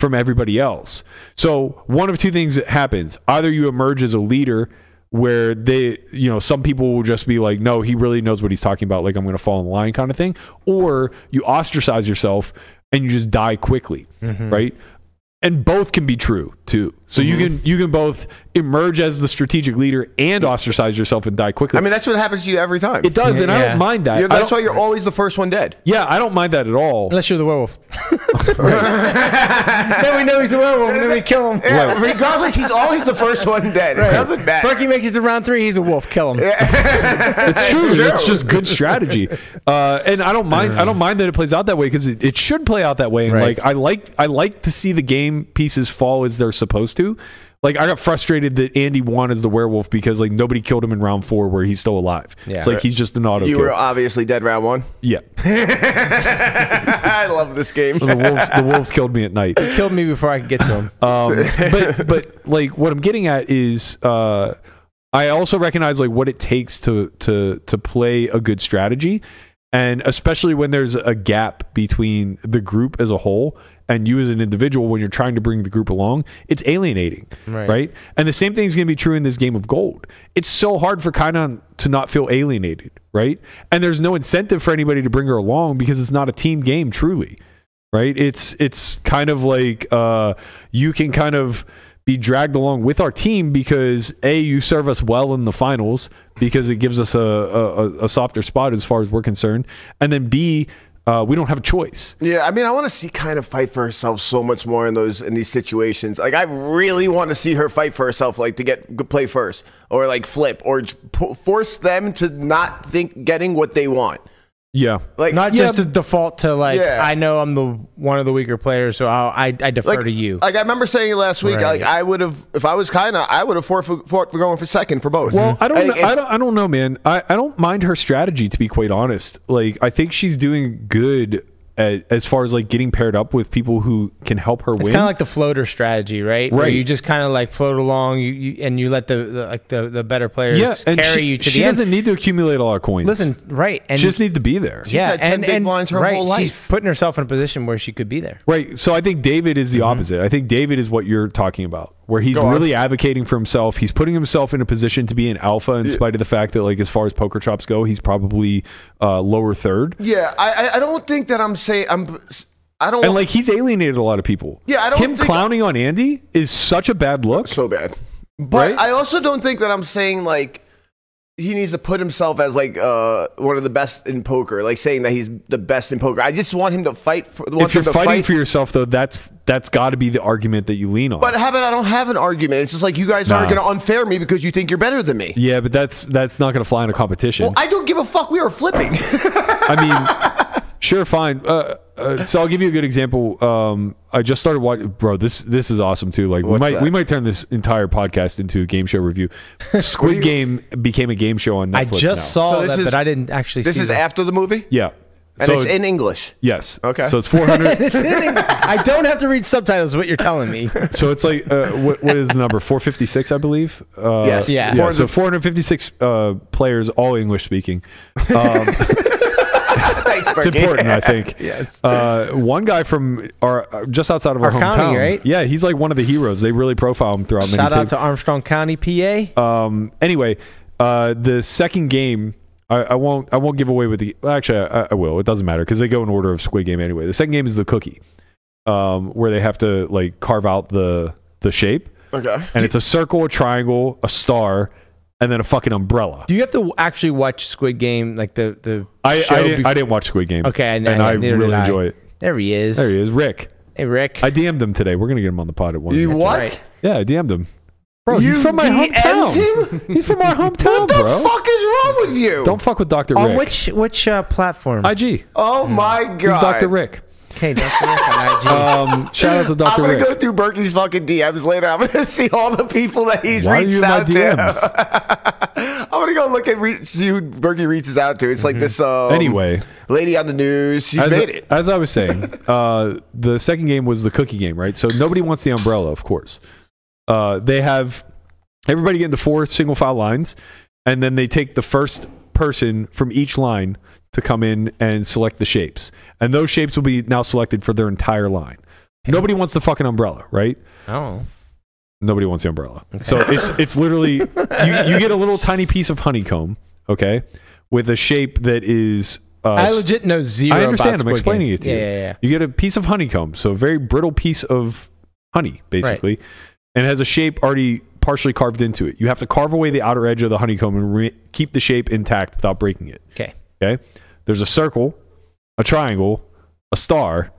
from everybody else. So one of two things that happens: either you emerge as a leader, where they, you know, some people will just be like, "No, he really knows what he's talking about. Like, I'm going to fall in line," kind of thing, or you ostracize yourself and you just Mm-hmm. Mm-hmm. die quickly, right? And both can be true too. So you can you can both emerge as the strategic leader and ostracize yourself and die quickly. I mean, that's what happens to you every time. it does, and I Yeah. don't mind that. You're- I that's don't- why you're always the first one dead. yeah, I don't mind that at all. Unless you're the werewolf. then we know he's a werewolf, and then we kill him. Yeah, regardless, he's always the first one dead. It doesn't matter. Berkey makes it to round three. He's a wolf. Kill him. It's true. It's just good strategy, uh, and I don't mind. I don't mind that it plays out that way because it, it should play out that way. And Right. like I like, I like to see the game pieces fall as they're supposed to. Like I got frustrated that Andy won as the werewolf because like nobody killed him in round four where he's still alive. Yeah. It's like he's just an auto You kill. were obviously dead round one. yeah, [LAUGHS] [LAUGHS] I love this game. the wolves. The wolves killed me at night. Killed me before I could get to him. um, but but like what I'm getting at is uh, I also recognize like what it takes to to to play a good strategy, and especially when there's a gap between the group as a whole and you as an individual when you're trying to bring the group along, it's alienating, Right. right? And the same thing is going to be true in this game of gold. It's so hard for Kainan to not feel alienated, right? And there's no incentive for anybody to bring her along because it's not a team game, truly right it's it's kind of like uh you can kind of be dragged along with our team because a you serve us well in the finals because it gives us a a, a- a softer spot as far as we're concerned and then b uh, we don't have a choice Yeah, I mean, I want to see kind of fight for herself so much more in those in these situations. Like, I really want to see her fight for herself, like to get g- play first, or like flip, or j- po- force them to not think getting what they want. yeah Like, Not Yeah, just a default to like. Yeah. I know I'm the one of the weaker players, so I'll, I I defer like to you. Like, I remember saying it last week. Right. Like, I would have if I was kind of, I would have fought for, fought for going for second for both. Well, I don't, Like, know, if- I don't, I don't know, man. I, I don't mind her strategy to be quite honest. Like, I think she's doing good at, as far as like getting paired up with people who can help her It's win. kind of like the floater strategy, right? Where Right. you just kind of like float along, you, you and you let the, the like the, the better players yeah, and carry she, you to she the end. doesn't need to accumulate a lot of coins. Listen, right? And she just needs to be there. yeah, had 10 and, big and blinds her right, whole she's life. putting herself in a position where she could be there. Right. So I think David is Mm-hmm. the opposite. I think David is what you're talking about, where he's Go on. really advocating for himself. He's putting himself in a position to be an alpha in spite of the fact that, like, as far as poker chops go, he's probably uh, lower third. yeah, I, I- I don't think that I'm saying I'm. I don't And want like he's alienated a lot of people. Yeah, I don't him think- clowning on Andy is such a bad look. so bad. But Right? I also don't think that I'm saying like he needs to put himself as like uh, one of the best in poker, like saying that he's the best in poker. I just want him to fight for. Want if you're him to fighting fight. for yourself, though, that's that's got to be the argument that you lean on. But how about I don't have an argument? It's just like you guys aren't Nah. going to unfair me because you think you're better than me. yeah, but that's that's not going to fly in a competition. Well, I don't give a fuck. We were [LAUGHS] flipping. [LAUGHS] I mean, sure, fine. Uh, uh, so I'll give you a good example. Um, I just started watching, bro. This this is awesome too. Like we might that? we might turn this entire podcast into a game show review. [LAUGHS] Squid Game became a game show on Netflix. I just now. saw So this that, is- but I didn't actually. this see is that. after the movie, yeah. and so it's in English. yes. Okay. So it's four [LAUGHS] hundred. [LAUGHS] I don't have to read subtitles. is What you're telling me? so it's like uh, what, what is the number? Four fifty six, I believe. Uh, Yes. Yeah. yeah. So four hundred fifty six uh, players, all English speaking. Thanks, [LAUGHS] It's Berkey. important, [LAUGHS] I think. yes. Uh, one guy from our uh, just outside of our, Our hometown, county, right? Yeah, he's like one of the heroes. They really profile him throughout. Shout many out to Armstrong County, PA. Um, anyway, uh, the second game, I, I won't. I won't give away with the. well, Actually, I, I will. It doesn't matter because they go in order of Squid Game anyway. The second game is the cookie, um, where they have to like carve out the the shape, Okay. and it's a circle, a triangle, a star, and then a fucking umbrella. Do you have to actually watch Squid Game like the the? I, show I, didn't, before- I didn't watch Squid Game. Okay, I- and I- I, neither really did I. enjoy it. There he is. There he is, Rick. Hey Rick. I DM'd him today. We're gonna get him on the pod at one. You point. what? right. Yeah, I DM'd him. Bro, he's You from my DM'd hometown. He's from our [LAUGHS] hometown, What the bro. fuck is wrong with you? Don't fuck with Doctor on Rick. which which uh, platform? IG. oh my god. He's Dr. Rick. okay, Dr. [LAUGHS] Rick on IG. Um, shout out [LAUGHS] to I'm Dr. gonna Rick. go through Berkey's fucking DMs later. I'm gonna [LAUGHS] see all the people that he's Why are you reached in my out to. [LAUGHS] DMs? I'm gonna go look at re- see who Berkey reaches out to. It's like this um, Mm-hmm. Anyway. lady on the news. She's As, made it. as I was saying, uh, the second game was the cookie game, right? So nobody wants the umbrella, of course. Uh, they have everybody get into four single file lines, and then they take the first person from each line to come in and select the shapes. And those shapes will be now selected for their entire line. Nobody wants the fucking umbrella, right? oh. nobody wants the umbrella. So it's it's literally you, you get a little tiny piece of honeycomb, okay, with a shape that is. Uh, I legit know zero. I understand. About I'm explaining Game. it to yeah, you. Yeah, yeah, You get a piece of honeycomb, so a very brittle piece of honey, basically, and it has a shape already partially carved into it. You have to carve away the outer edge of the honeycomb and re- keep the shape intact without breaking it. Okay. Okay. There's a circle, a triangle, a star,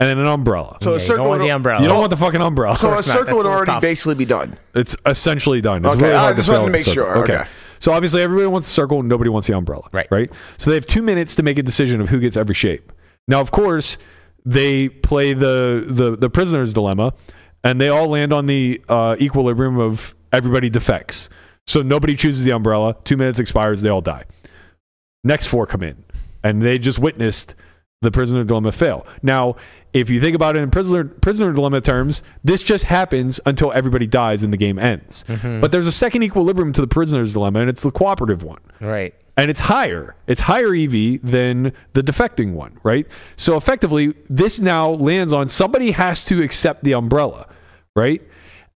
and then an umbrella. So Yeah, a you circle. don't want would- the umbrella. you don't want the fucking umbrella. So a not. circle That's would a little already tough. basically be done. It's essentially done. It's Okay, really I hard just fail wanted to with the make circle. sure, okay. So obviously everybody wants the circle and nobody wants the umbrella. Right. Right. So they have two minutes to make a decision of who gets every shape. Now, of course, they play the the, the prisoner's dilemma, and they all land on the uh, equilibrium of everybody defects. So nobody chooses the umbrella. Two minutes expires. They all die. Next four come in, and they just witnessed the prisoner dilemma fail. Now, if you think about it in prisoner prisoner dilemma terms, this just happens until everybody dies and the game ends. But there's a second equilibrium to the prisoner's dilemma, and it's the cooperative one Right. and it's higher. It's higher EV than the defecting one, right? So effectively, this now lands on somebody has to accept the umbrella, right?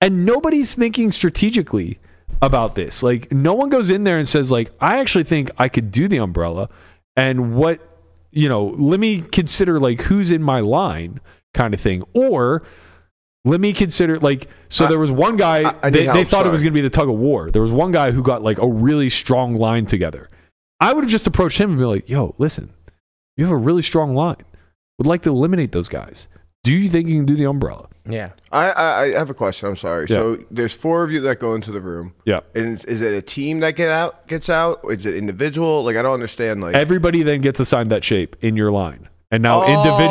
And nobody's thinking strategically about this. Like no one goes in there and says like I actually think I could do the umbrella and what you know, let me consider like who's in my line kind of thing or let me consider like so there was one guy I- I need they, they help, thought it was sorry. going to be the tug of war. There was one guy who got like a really strong line together. I would have just approached him and be like, "Yo, listen, you have a really strong line. Would like to eliminate those guys. Do you think you can do the umbrella?" Yeah. I, I I have a question. I'm sorry. Yeah. So there's four of you that go into the room. Yeah. Is, is it a team that get out gets out? Is it individual? Like I don't understand. Like Everybody then gets assigned that shape in your line, and now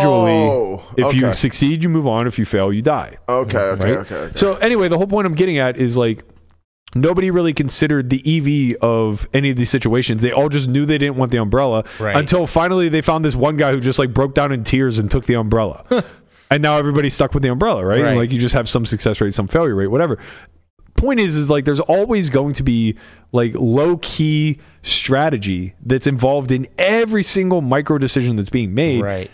Oh, individually, if you okay. succeed, you move on. If you fail, you die. okay, okay, right? okay, okay. So anyway, the whole point I'm getting at is like nobody really considered the EV of any of these situations. They all just knew they didn't want the umbrella Right. until finally they found this one guy who just like broke down in tears and took the umbrella. and now everybody's stuck with the umbrella, right? Right. And like you just have some success rate, some failure rate, whatever. Point is is like there's always going to be like low key strategy that's involved in every single micro decision that's being made Right.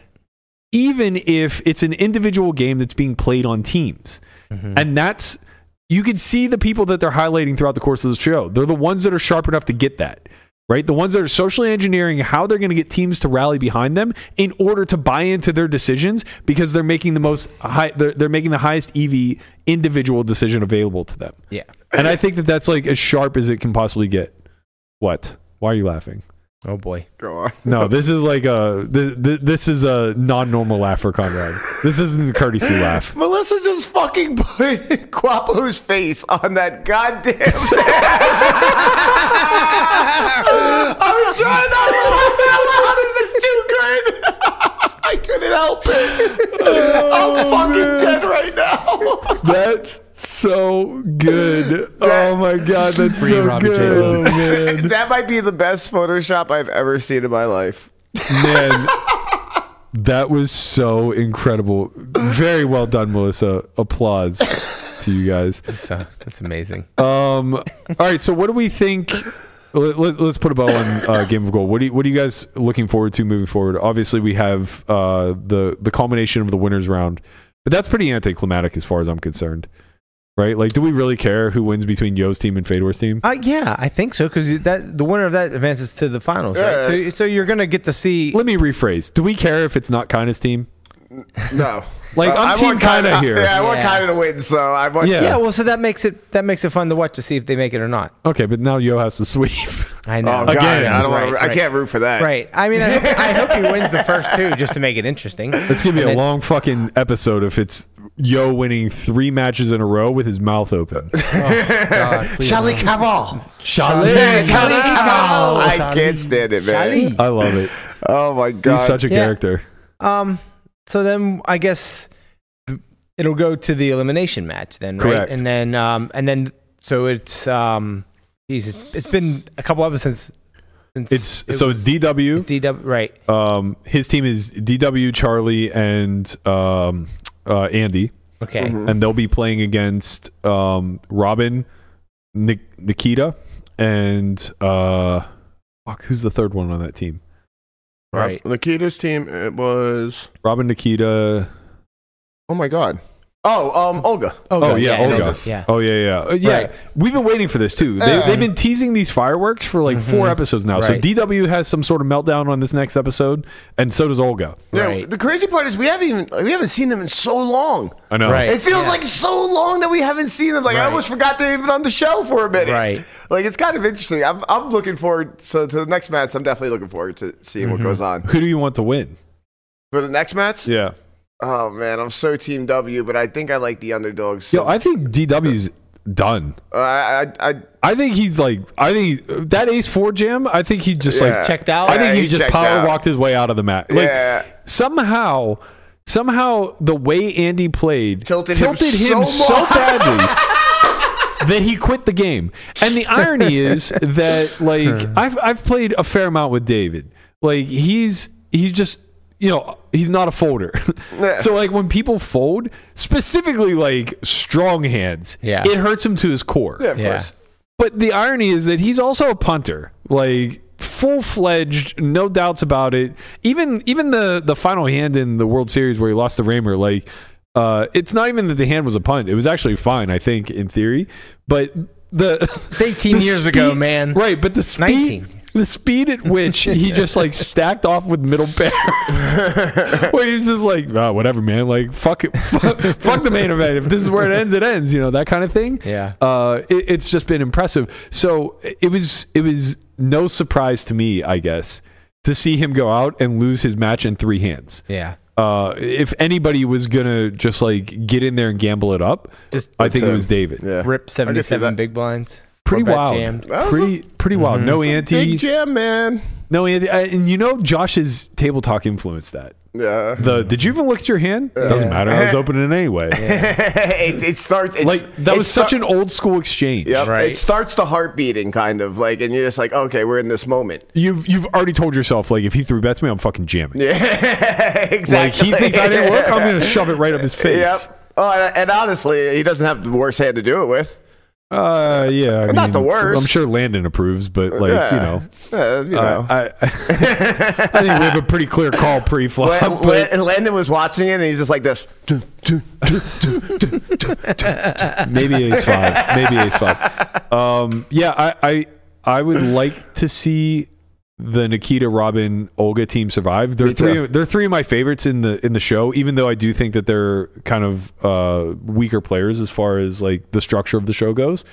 even if it's an individual game that's being played on teams. And that's you can see the people that they're highlighting throughout the course of the show. They're the ones that are sharp enough to get that. Right? The ones that are socially engineering how they're going to get teams to rally behind them in order to buy into their decisions because they're making the most high they're, they're making the highest EV individual decision available to them. Yeah. And I think that that's like as sharp as it can possibly get. What? Why are you laughing? Oh boy. Go on. No, this is like a this, this is a non-normal laugh for Conrad. This isn't the courtesy laugh. Melissa just fucking put [LAUGHS] Guapo's face on that goddamn. [LAUGHS] stand. I was trying not to laugh out loud. This is too good. [LAUGHS] I couldn't help it. Oh, I'm fucking dead right [LAUGHS] now. That's so good. Oh my god, that's Free so Robbie good. J. Lowe. Oh, man. that might be the best Photoshop I've ever seen in my life. [LAUGHS] Man, that was so incredible. Very well done, Melissa. Applause to you guys. So that's amazing. Um, all right, so what do we think? Let, let, let's put a bow on uh, Game of Gold. What do you, what are you guys looking forward to moving forward? Obviously, we have uh, the the culmination of the winners round, but that's pretty anticlimactic as far as I'm concerned, right? Like, do we really care who wins between Yo's team and Fedor's team? Uh, yeah, I think so because that the winner of that advances to the finals, right? So, so you're gonna get to see. Let me rephrase. Do we care if it's not Kina's team? No. Uh, Like, I'm I team want Kinda- Kinda here. Yeah, I want Yeah. kind of to win, so I want. Yeah. Yeah, well, so that makes it that makes it fun to watch to see if they make it or not. Okay, but now Yo has [LAUGHS] to sweep. I know. Oh, God. Again. I, don't wanna, Right, I can't root for that. Right. I mean, I hope, I hope he wins the first two just to make it interesting. It's gonna And be a then- long fucking episode if it's Yo winning three matches in a row with his mouth open. [LAUGHS] Charlie I can't stand it, man. I love it. Oh my He's god. such a Yeah. character. Um. So then I guess th- it'll go to the elimination match then, right? Correct. And then um and then so it's um geez, it's, it's been a couple episodes since since It's it so was it's DW. DW right Um, his team is DW, Charlie, and um, uh, Andy, okay and they'll be playing against um, Robin, Nik- Nikita, and uh, fuck, who's the third one on that team? right Nikita's team it was Robin, Nikita. Oh my god. Oh, um, Olga. Oh, yeah, yeah, Olga. Jesus, yeah. Oh yeah, yeah, Uh, yeah. Right. We've been waiting for this too. They, they've been teasing these fireworks for like four episodes now. So Mm-hmm. Right. DW has some sort of meltdown on this next episode, and so does Olga. Yeah, Right. The crazy part is we haven't even we haven't seen them in so long. I know. Right. It feels like so long that we haven't seen them. Like I Right. almost forgot they even on the show for a minute. Right. Like it's kind of interesting. I'm, I'm looking forward. So to the next match, I'm definitely looking forward to seeing what goes on Who do you want to win? for the next match. Mm-hmm. Yeah. Oh man, I'm so Team W, but I think I like the underdogs. Yo, I think DW's done. Uh, I, I, I I think he's like, I think that Ace Four jam. I think he just Yeah. like Checked out. I think Yeah, he, he just checked power out. walked his way out of the match. Like Yeah. somehow, somehow the way Andy played Tilted him so much. [LAUGHS] badly that he quit the game. And the irony is that like I've I've played a fair amount with David. Like he's he's just you know he's not a folder. [LAUGHS] so like when people fold, specifically like strong hands, Yeah. it hurts him to his core. yeah. But the irony is that he's also a punter, like full fledged, no doubts about it. Even even the the final hand in the World Series where he lost to Raymer, like uh, it's not even that the hand was a punt; it was actually fine, I think, in theory. But the [LAUGHS] 18 years ago, man. right? But the speed, 19. the speed at which he just like [LAUGHS] stacked off with middle pair, where he was just like, "Ah, whatever, man, like fuck it, [LAUGHS] fuck, fuck the main event. If this is where it ends, it ends, you know, that kind of thing. Yeah. Uh, it, it's just been impressive. So it was it was no surprise to me, I guess, to see him go out and lose his match in three hands. Yeah. Uh, if anybody was gonna just like get in there and gamble it up, Just I think it was David. Yeah. rip can see 77 that. big blinds. Pretty Or Mm-hmm. bet wild. jammed. That was a- Pretty pretty wild. No Big ante. jam, man. No ante. I- And you know Josh's table talk influenced that. Yeah. The did you even look at your hand? Doesn't matter. I was opening it anyway. [LAUGHS] it, it starts. It's, Like that it was star- such an old school exchange. Yep. Right. It starts the heart beating, kind of like, and you're just like, okay, we're in this [LAUGHS] moment. You've you've already told yourself like if he three bets me, I'm fucking jamming. Like exactly. he thinks I didn't work, [LAUGHS] I'm gonna shove it right up his face. Yep. Oh, and, and honestly, he doesn't have the worst hand to do it with. Uh, yeah. I Not the worst. I'm sure Landon approves, but like you know, Uh, you uh, know. I, [LAUGHS] I, I think we have a pretty clear call pre-flop. Lan- [LAUGHS] but- Lan- Landon was watching it, and he's just like [LAUGHS] this. maybe ace five maybe ace five um yeah i i i would like to see the nikita robin olga team survive they're three they're three of my favorites in the in the show even though i do think that they're kind of uh weaker players as far as like the structure of the show goes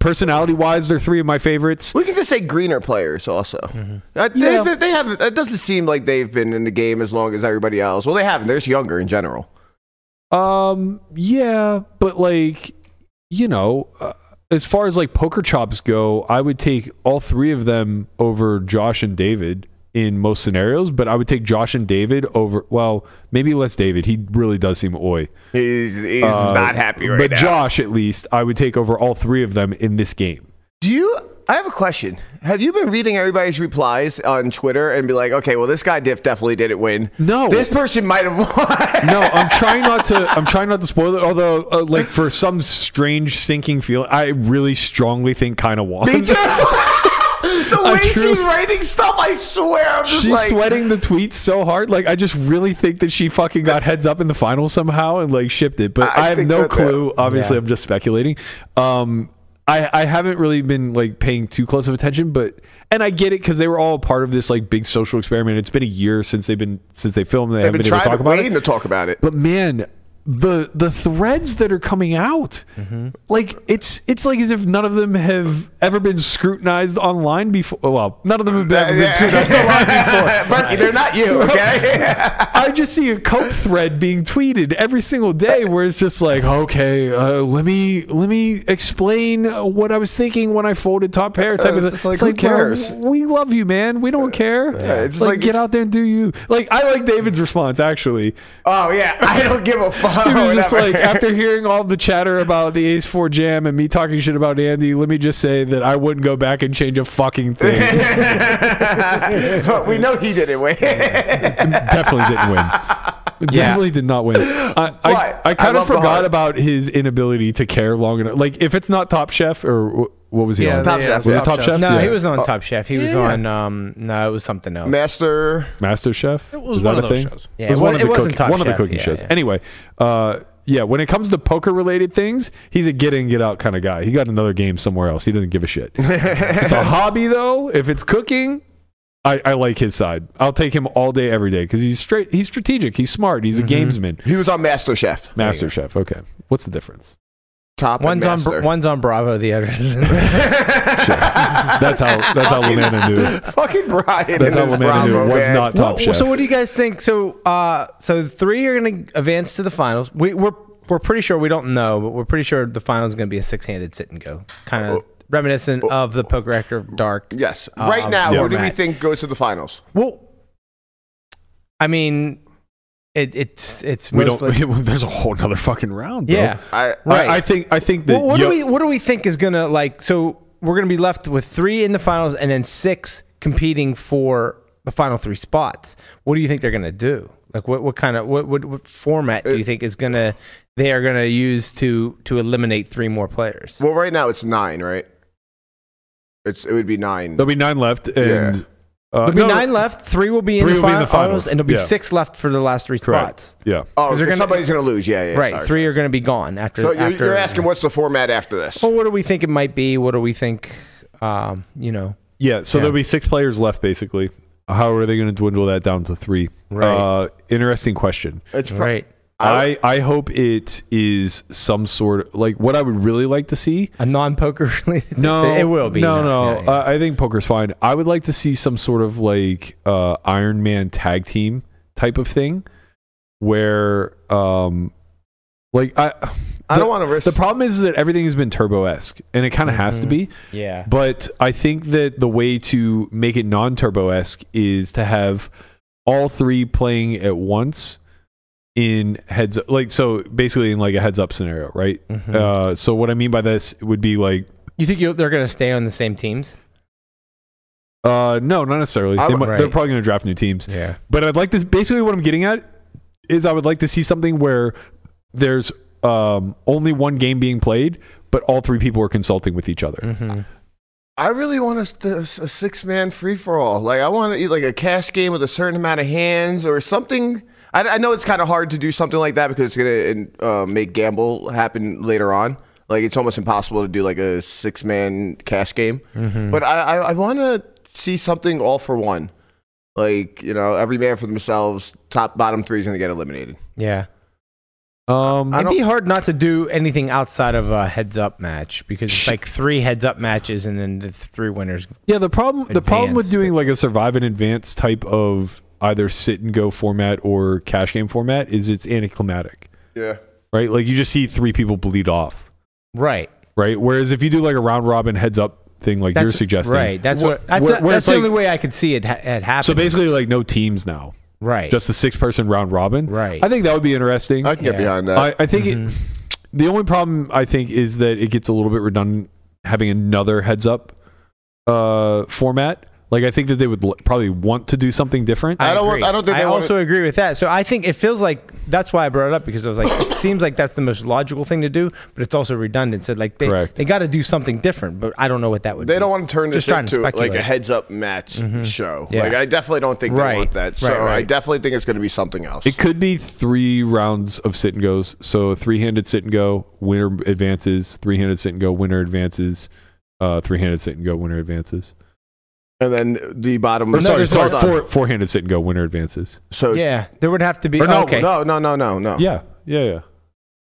personality wise they're three of my favorites We can just say greener players also. Uh, they, Mm-hmm. Yeah. they, haven't. It doesn't seem like they've been in the game as long as everybody else. Well, they haven't. They're just younger in general. Um, yeah, but like, you know, uh, as far as like poker chops go, I would take all three of them over Josh and David in most scenarios, but I would take Josh and David over, well, maybe less David. He really does seem oi. He's he's Uh, not happy right But now. Josh, at least, I would take over all three of them in this game. Do you? I have a question. Have you been reading everybody's replies on Twitter and be like, okay, well, this guy def- definitely didn't win. No. this person might have [LAUGHS] won. No, I'm trying not to. I'm trying not to spoil it. Although, uh, like for some strange sinking feeling, I really strongly think kind of won. [LAUGHS] Me too. the I way truly- she's writing stuff, I swear, [LAUGHS] I'm just She's like, sweating the tweets so hard. Like I just really think that she fucking got heads up in the final somehow and like shipped it. But I I, have think no so, too. clue. Obviously, I'm just speculating. Um, I I haven't really been like paying too close of attention, but and I get it because they were all part of this like big social experiment. It's been a year since they've been since they filmed. They I've haven't been been able to trying talk to about waiting it. to talk about [LAUGHS] it. But man, the the threads that are coming out, like it's it's like as if none of them have ever been scrutinized online before. Well, none of them have ever been [LAUGHS] scrutinized online before. Berkey, they're not [LAUGHS] you, okay? I just see a cope thread being tweeted every single day where it's just like, okay, uh, let me let me explain what I was thinking when I folded top pair type of thing. Uh, just like, who bro, cares? Uh, we love you, man. We don't care. it's just like, like- get out there and do you. Like I like David's response actually. oh yeah, [LAUGHS] I don't give a fuck. [LAUGHS] [LAUGHS] Oh, He was just whatever. like after hearing all the chatter about the Ace Four Jam and me talking shit about Andy. Let me just say that I wouldn't go back and change a fucking thing. [LAUGHS] but we know he didn't win. [LAUGHS] definitely [LAUGHS] didn't win. Definitely did not win. I, I, But I kind I love of the forgot heart. about his inability to care long enough. Like if it's not Top Chef or wh- what was he on? Top Chef. Was it Top Chef? No, Yeah. he was Oh. on Top Chef. He was on um no, it was something else. Master. Master Chef. It was one of those shows. Yeah, it was it one wa- of the it wasn't cooking, Top one of the Chef. cooking Yeah, shows. yeah. Anyway, uh, yeah, when it comes to poker related things, he's a get in, get out kind of guy. He got another game somewhere else. He doesn't give [LAUGHS] a shit. it's a hobby though. If it's cooking, I, I like his side. I'll take him all day, every day because he's straight. He's strategic. He's smart. He's Mm-hmm. a gamesman. He was on MasterChef. Master chef. Okay, what's the difference? Top One's on and Br- master. one's on Bravo, the other is [LAUGHS] [LAUGHS] That's how. That's how Lenana knew. it. Fucking Brian That's and how his Lenana knew Bravo it was man. not top Well, chef. So what do you guys think? So uh, so three are going to advance to the finals. We, we're we're pretty sure we don't know, but we're pretty sure the finals is going to be a six handed sit and go, kind of reminiscent of the poker actor Dark. Yes. Uh, right now, yeah. who do we Matt. think goes to the finals? Well, I mean, it, it's it's [LAUGHS] we most likely- don't. There's a whole other fucking round. Bro. yeah. I, Right. I, I think. I think that. Well, what yo- do we what do we think is gonna like? So we're gonna be left with three in the finals, and then six competing for the final three spots. What do you think they're gonna do? Like, what what kind of what what, what format Uh, do you think is gonna they are gonna use to to eliminate three more players? well, right now it's nine, right? It's it would be nine. there'll be nine left, and uh, There'll be no, nine left. Three will be in, Three the, will be final, in the finals, and there'll be yeah. six left for the last three spots. Correct. Yeah. oh, 'cause they're 'cause gonna- somebody's gonna lose. Yeah, yeah. Right, sorry, three are going to be gone after. sorry. So you're, after you're asking what's the format after this? Oh, Well, what do we think it might be? What do we think? Um, you know, Yeah, so Yeah. there'll be six players left, basically. How are they going to dwindle that down to three? Right. Uh, interesting question. It's pro- right? I, I hope it is some sort of like what I would really like to see. A non-poker [LAUGHS] related. No, it will be. No, yeah, no. Uh, yeah, yeah. I, I think poker's fine. I would like to see some sort of like uh, Iron Man tag team type of thing, where um, like I I don't want to risk. the problem is that everything has been turbo esque, and it kind of Mm-hmm. has to be. yeah. But I think that the way to make it non turbo esque is to have all three playing at once in heads up, like so basically in like a heads up scenario, right? Uh, so what I mean by this would be like, Mm-hmm. You think you they're going to stay on the same teams? uh, no, not necessarily. I They would- might- They're right. probably going to draft new teams. Yeah. But I'd like this. Basically, what I'm getting at is I would like to see something where there's um, only one game being played, but all three people are consulting with each other. Mm-hmm. I really want a, st- a six man free for all. Like I want to eat like a cash game with a certain amount of hands or something. I, I know it's kind of hard to do something like that because it's gonna in- uh, make gamble happen later on. Like it's almost impossible to do like a six man cash game. Hmm. Mm-hmm. But I I, I want to see something all for one. Like you know, every man for themselves. Top bottom three is gonna get eliminated. Yeah. Um, It'd be hard not to do anything outside of a heads up match because it's like three heads up matches and then the th- three winners. Yeah, the problem the problem with Advanced, doing like a survive and advance type of either sit and go format or cash game format is it's anticlimactic, Yeah. right? Like you just see three people bleed off, Right. right? Whereas if you do like a round robin heads up thing like That's you're suggesting, Right. That's wh- what. That's, where- where that's it's the like- only way I could see it, ha- it happen. So basically, like no teams now, right. just a six person round robin. Right. I think that would be interesting. I can get Yeah. behind that. I, I think it, Mm-hmm. the only problem I think is that it gets a little bit redundant having another heads up uh, format. Like I think that they would l- probably want to do something different. I don't want- agree. I don't think I they wanna- also agree with that. So I think it feels like that's why I brought it up because I was like, [COUGHS] it seems like that's the most logical thing to do, but it's also redundant. So like they Correct. they got to do something different, but I don't know what that would. They be. don't want to turn this Just trying to into like a speculate. Mm-hmm. heads up match show. Yeah. Like I definitely don't think Right. they want that. So Right, right. I definitely think it's going to be something else. It could be three rounds of sit and goes. So three handed sit and go, winner advances. Three handed sit and go, winner advances. Uh, three handed sit and go, winner advances. and then the bottom. Or sorry, Hold sorry, on. four four handed sit and go, winner advances. So Yeah, there would have to be. or no, okay. no, no, no, no, Oh. no. Yeah, yeah, yeah,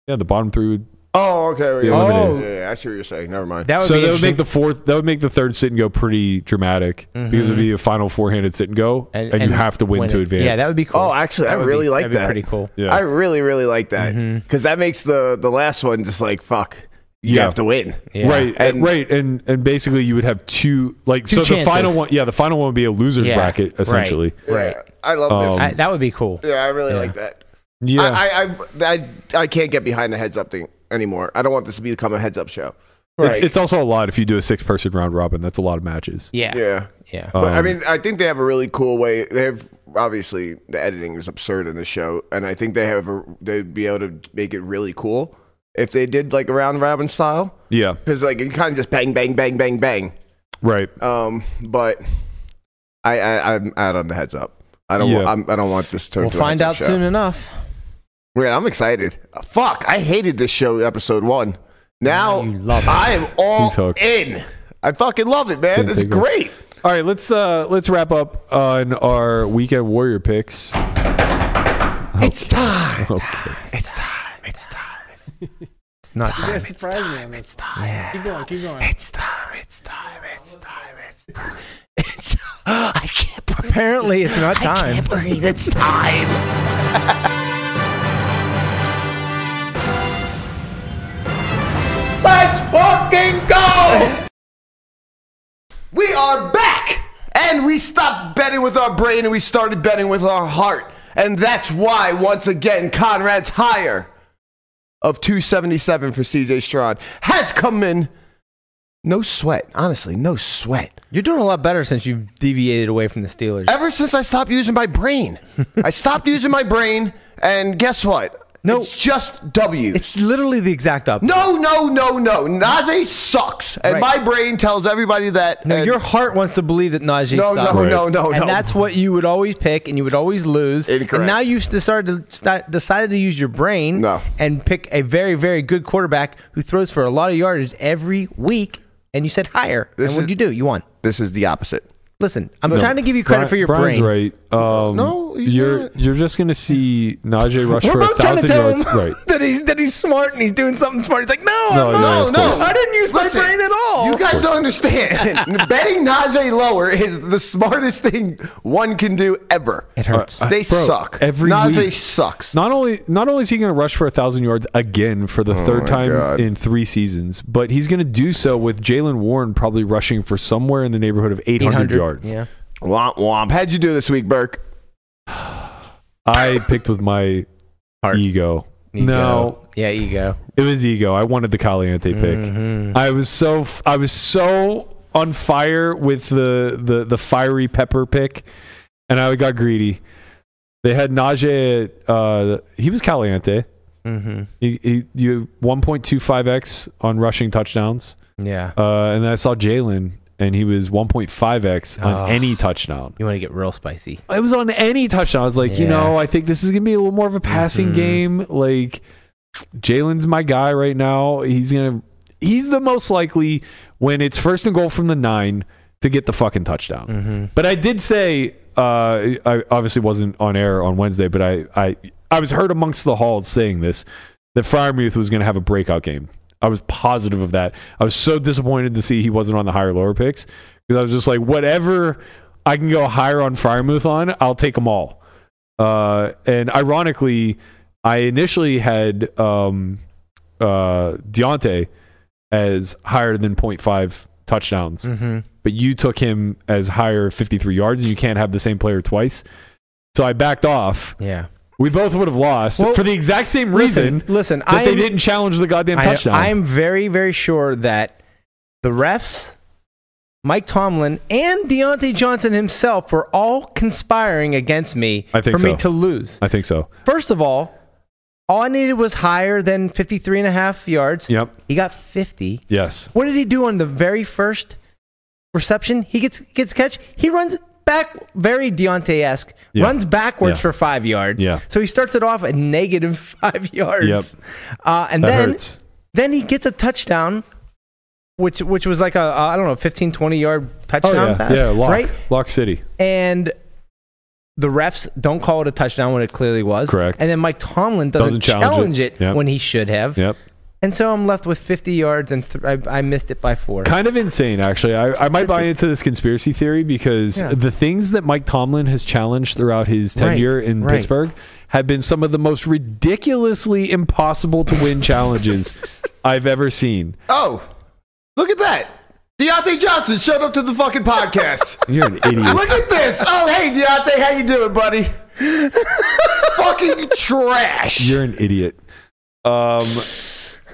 yeah. The bottom three would. Oh, okay. Yeah, Oh. eliminated. yeah, yeah, I see what you're saying. Never mind. That would so be that would interesting. Mm-hmm. make the fourth. That would make the third sit and go pretty dramatic because it would be a final four handed sit and go, and, you have to win, to it. advance. Yeah, that would be cool. Oh, actually, I would really be, like that'd be that. pretty cool. Mm-hmm. Yeah. I really, really like that because that makes the the last one just like fuck. You Yeah. have to win. Yeah. Right, And- right, and and basically you would have two like Two so the final chances. one, yeah, the final one would be a losers Yeah, bracket right. essentially. Right. Yeah, I love this. Um, I, that would be cool. yeah, I really like that. Yeah, I, I, I, I, I can't get behind the heads up thing anymore. I don't want this to become a heads up show. It's- It's, also a lot if you do a six person round robin. That's a lot of matches. Yeah. Um, Yeah. yeah. Oh, But I mean, I think they have a really cool way. They have obviously the editing is absurd in the show, and I think they have a, they'd be able to make it really cool if they did like a round robin style Yeah, because like you kind of just bang bang bang bang bang. right. Um, but I I I'm out on the heads up. I don't Yeah. want I'm, I don't want this to turn. We'll into a find heads up out show. soon enough. Man, I'm excited. Fuck, I hated this show, episode one. Now you love it. I am all He's hooked. in. I fucking love it, man. Didn't It's take long. great. All right, let's uh let's wrap up on our weekend warrior picks. It's time. [LAUGHS] Okay. It's time. It's time. It's not time. surprise me on this. time. Keep going, keep going. It's time. It's time. It's time. It's time. [LAUGHS] It's [GASPS] I can't breathe. Apparently, it's not I time. can't breathe. It's time. Let's fucking go! We are back! And we stopped betting with our brain and we started betting with our heart. And that's why, once again, Conrad's higher of 277 for CJ Stroud has come in. No sweat. Honestly, no sweat. You're doing a lot better since you've deviated away from the Steelers. Ever since I stopped using my brain, I stopped using my brain, and guess what? No. It's just W's. It's literally the exact opposite. No, no, no, no. Najee sucks, and Right. my brain tells everybody that. uh, No, and your heart wants to believe that Najee No, sucks. no, no, no, no. And that's what you would always pick, and you would always lose. Incorrect. And now you've decided to, st- decided to use your brain No. and pick a very, very good quarterback who throws for a lot of yardage every week, and you said higher. This and what'd is- you do? You won. this is the opposite. Listen, I'm trying to give you credit for your Brian's brain. right. Um, No, he's you're not. you're just gonna see Najee rush We're for a both trying to thousand tell yards. him Right. that he's that he's smart and he's doing something smart. He's like, no, No, I'm not. no, of no. course. I didn't use Listen, my brain at all. You guys don't understand. [LAUGHS] Betting Najee lower is the smartest thing one can do ever. it hurts. Uh, They Bro, suck. every Najee week. sucks. Not only not only is he going to rush for a thousand yards again for the third time God. in three seasons, but he's going to do so with Jalen Warren probably rushing for somewhere in the neighborhood of 800, 800 yards. Yeah. Womp womp. How'd you do this week, Burke? I picked with my Heart. ego. Ego. No, Yeah, ego. it was ego. I wanted the Caliente pick. I was so f- I was so on fire with the the the fiery pepper pick, and I got greedy. They had Najee. At, uh, he was Caliente. Mm-hmm. He, he, you 1.25x on rushing touchdowns. Yeah. Uh, and then I saw Jalen, and he was 1.5x on Oh. any touchdown. You want to get real spicy. It was on any touchdown. I was like, you Yeah. know, I think this is gonna be a little more of a passing Mhm. game. Like, Jalen's my guy right now. He's gonna, he's the most likely when it's first and goal from the nine to get the fucking touchdown. But I did say, uh, I obviously wasn't on air on Wednesday, but I, I, I was heard amongst the halls saying this that Fryermuth was going to have a breakout game. I was positive of that. I was so disappointed to see he wasn't on the higher lower picks because I was just like, whatever I can go higher on Fryermuth on, I'll take them all. Uh, and ironically, I initially had um, uh, Deontay as higher than 0.5 touchdowns, Mm-hmm. but you took him as higher 53 yards, and you can't have the same player twice. So I backed off. Yeah. We both would have lost Well, for the exact same reason Listen, listen, that I they am- didn't challenge the goddamn I- touchdown. I'm very, very sure that the refs, Mike Tomlin, and Deontay Johnson himself were all conspiring against me I think for so. me to lose. I think so. First of all, all I needed was higher than 53 and a half yards. Yep. He got 50. Yes. What did he do on the very first reception? He gets gets catch. He runs back, very Deontay esque. Yeah. Runs backwards Yeah. for five yards. Yeah. So he starts it off at negative [LAUGHS] five yards. Uh, and That then hurts. then he gets a touchdown, which which was like a uh, I don't know 15, 20 yard Oh touchdown yeah. pass, Yeah. Lock. right? Lock City. And the refs don't call it a touchdown when it clearly was. Correct. And then Mike Tomlin doesn't, Doesn't challenge challenge, it. it, Yep. when he should have. Yep. And so I'm left with 50 yards, and th- I, I missed it by four. Kind of insane, actually. I, I might buy into this conspiracy theory because Yeah. the things that Mike Tomlin has challenged throughout his Right, tenure in right. Pittsburgh have been some of the most ridiculously impossible to win challenges I've ever seen. Oh, look at that. Deontay Johnson showed up to the fucking [LAUGHS] podcast. You're an idiot. Look at this. Oh, hey, Deontay, how you doing, buddy? fucking trash. You're an idiot. Um,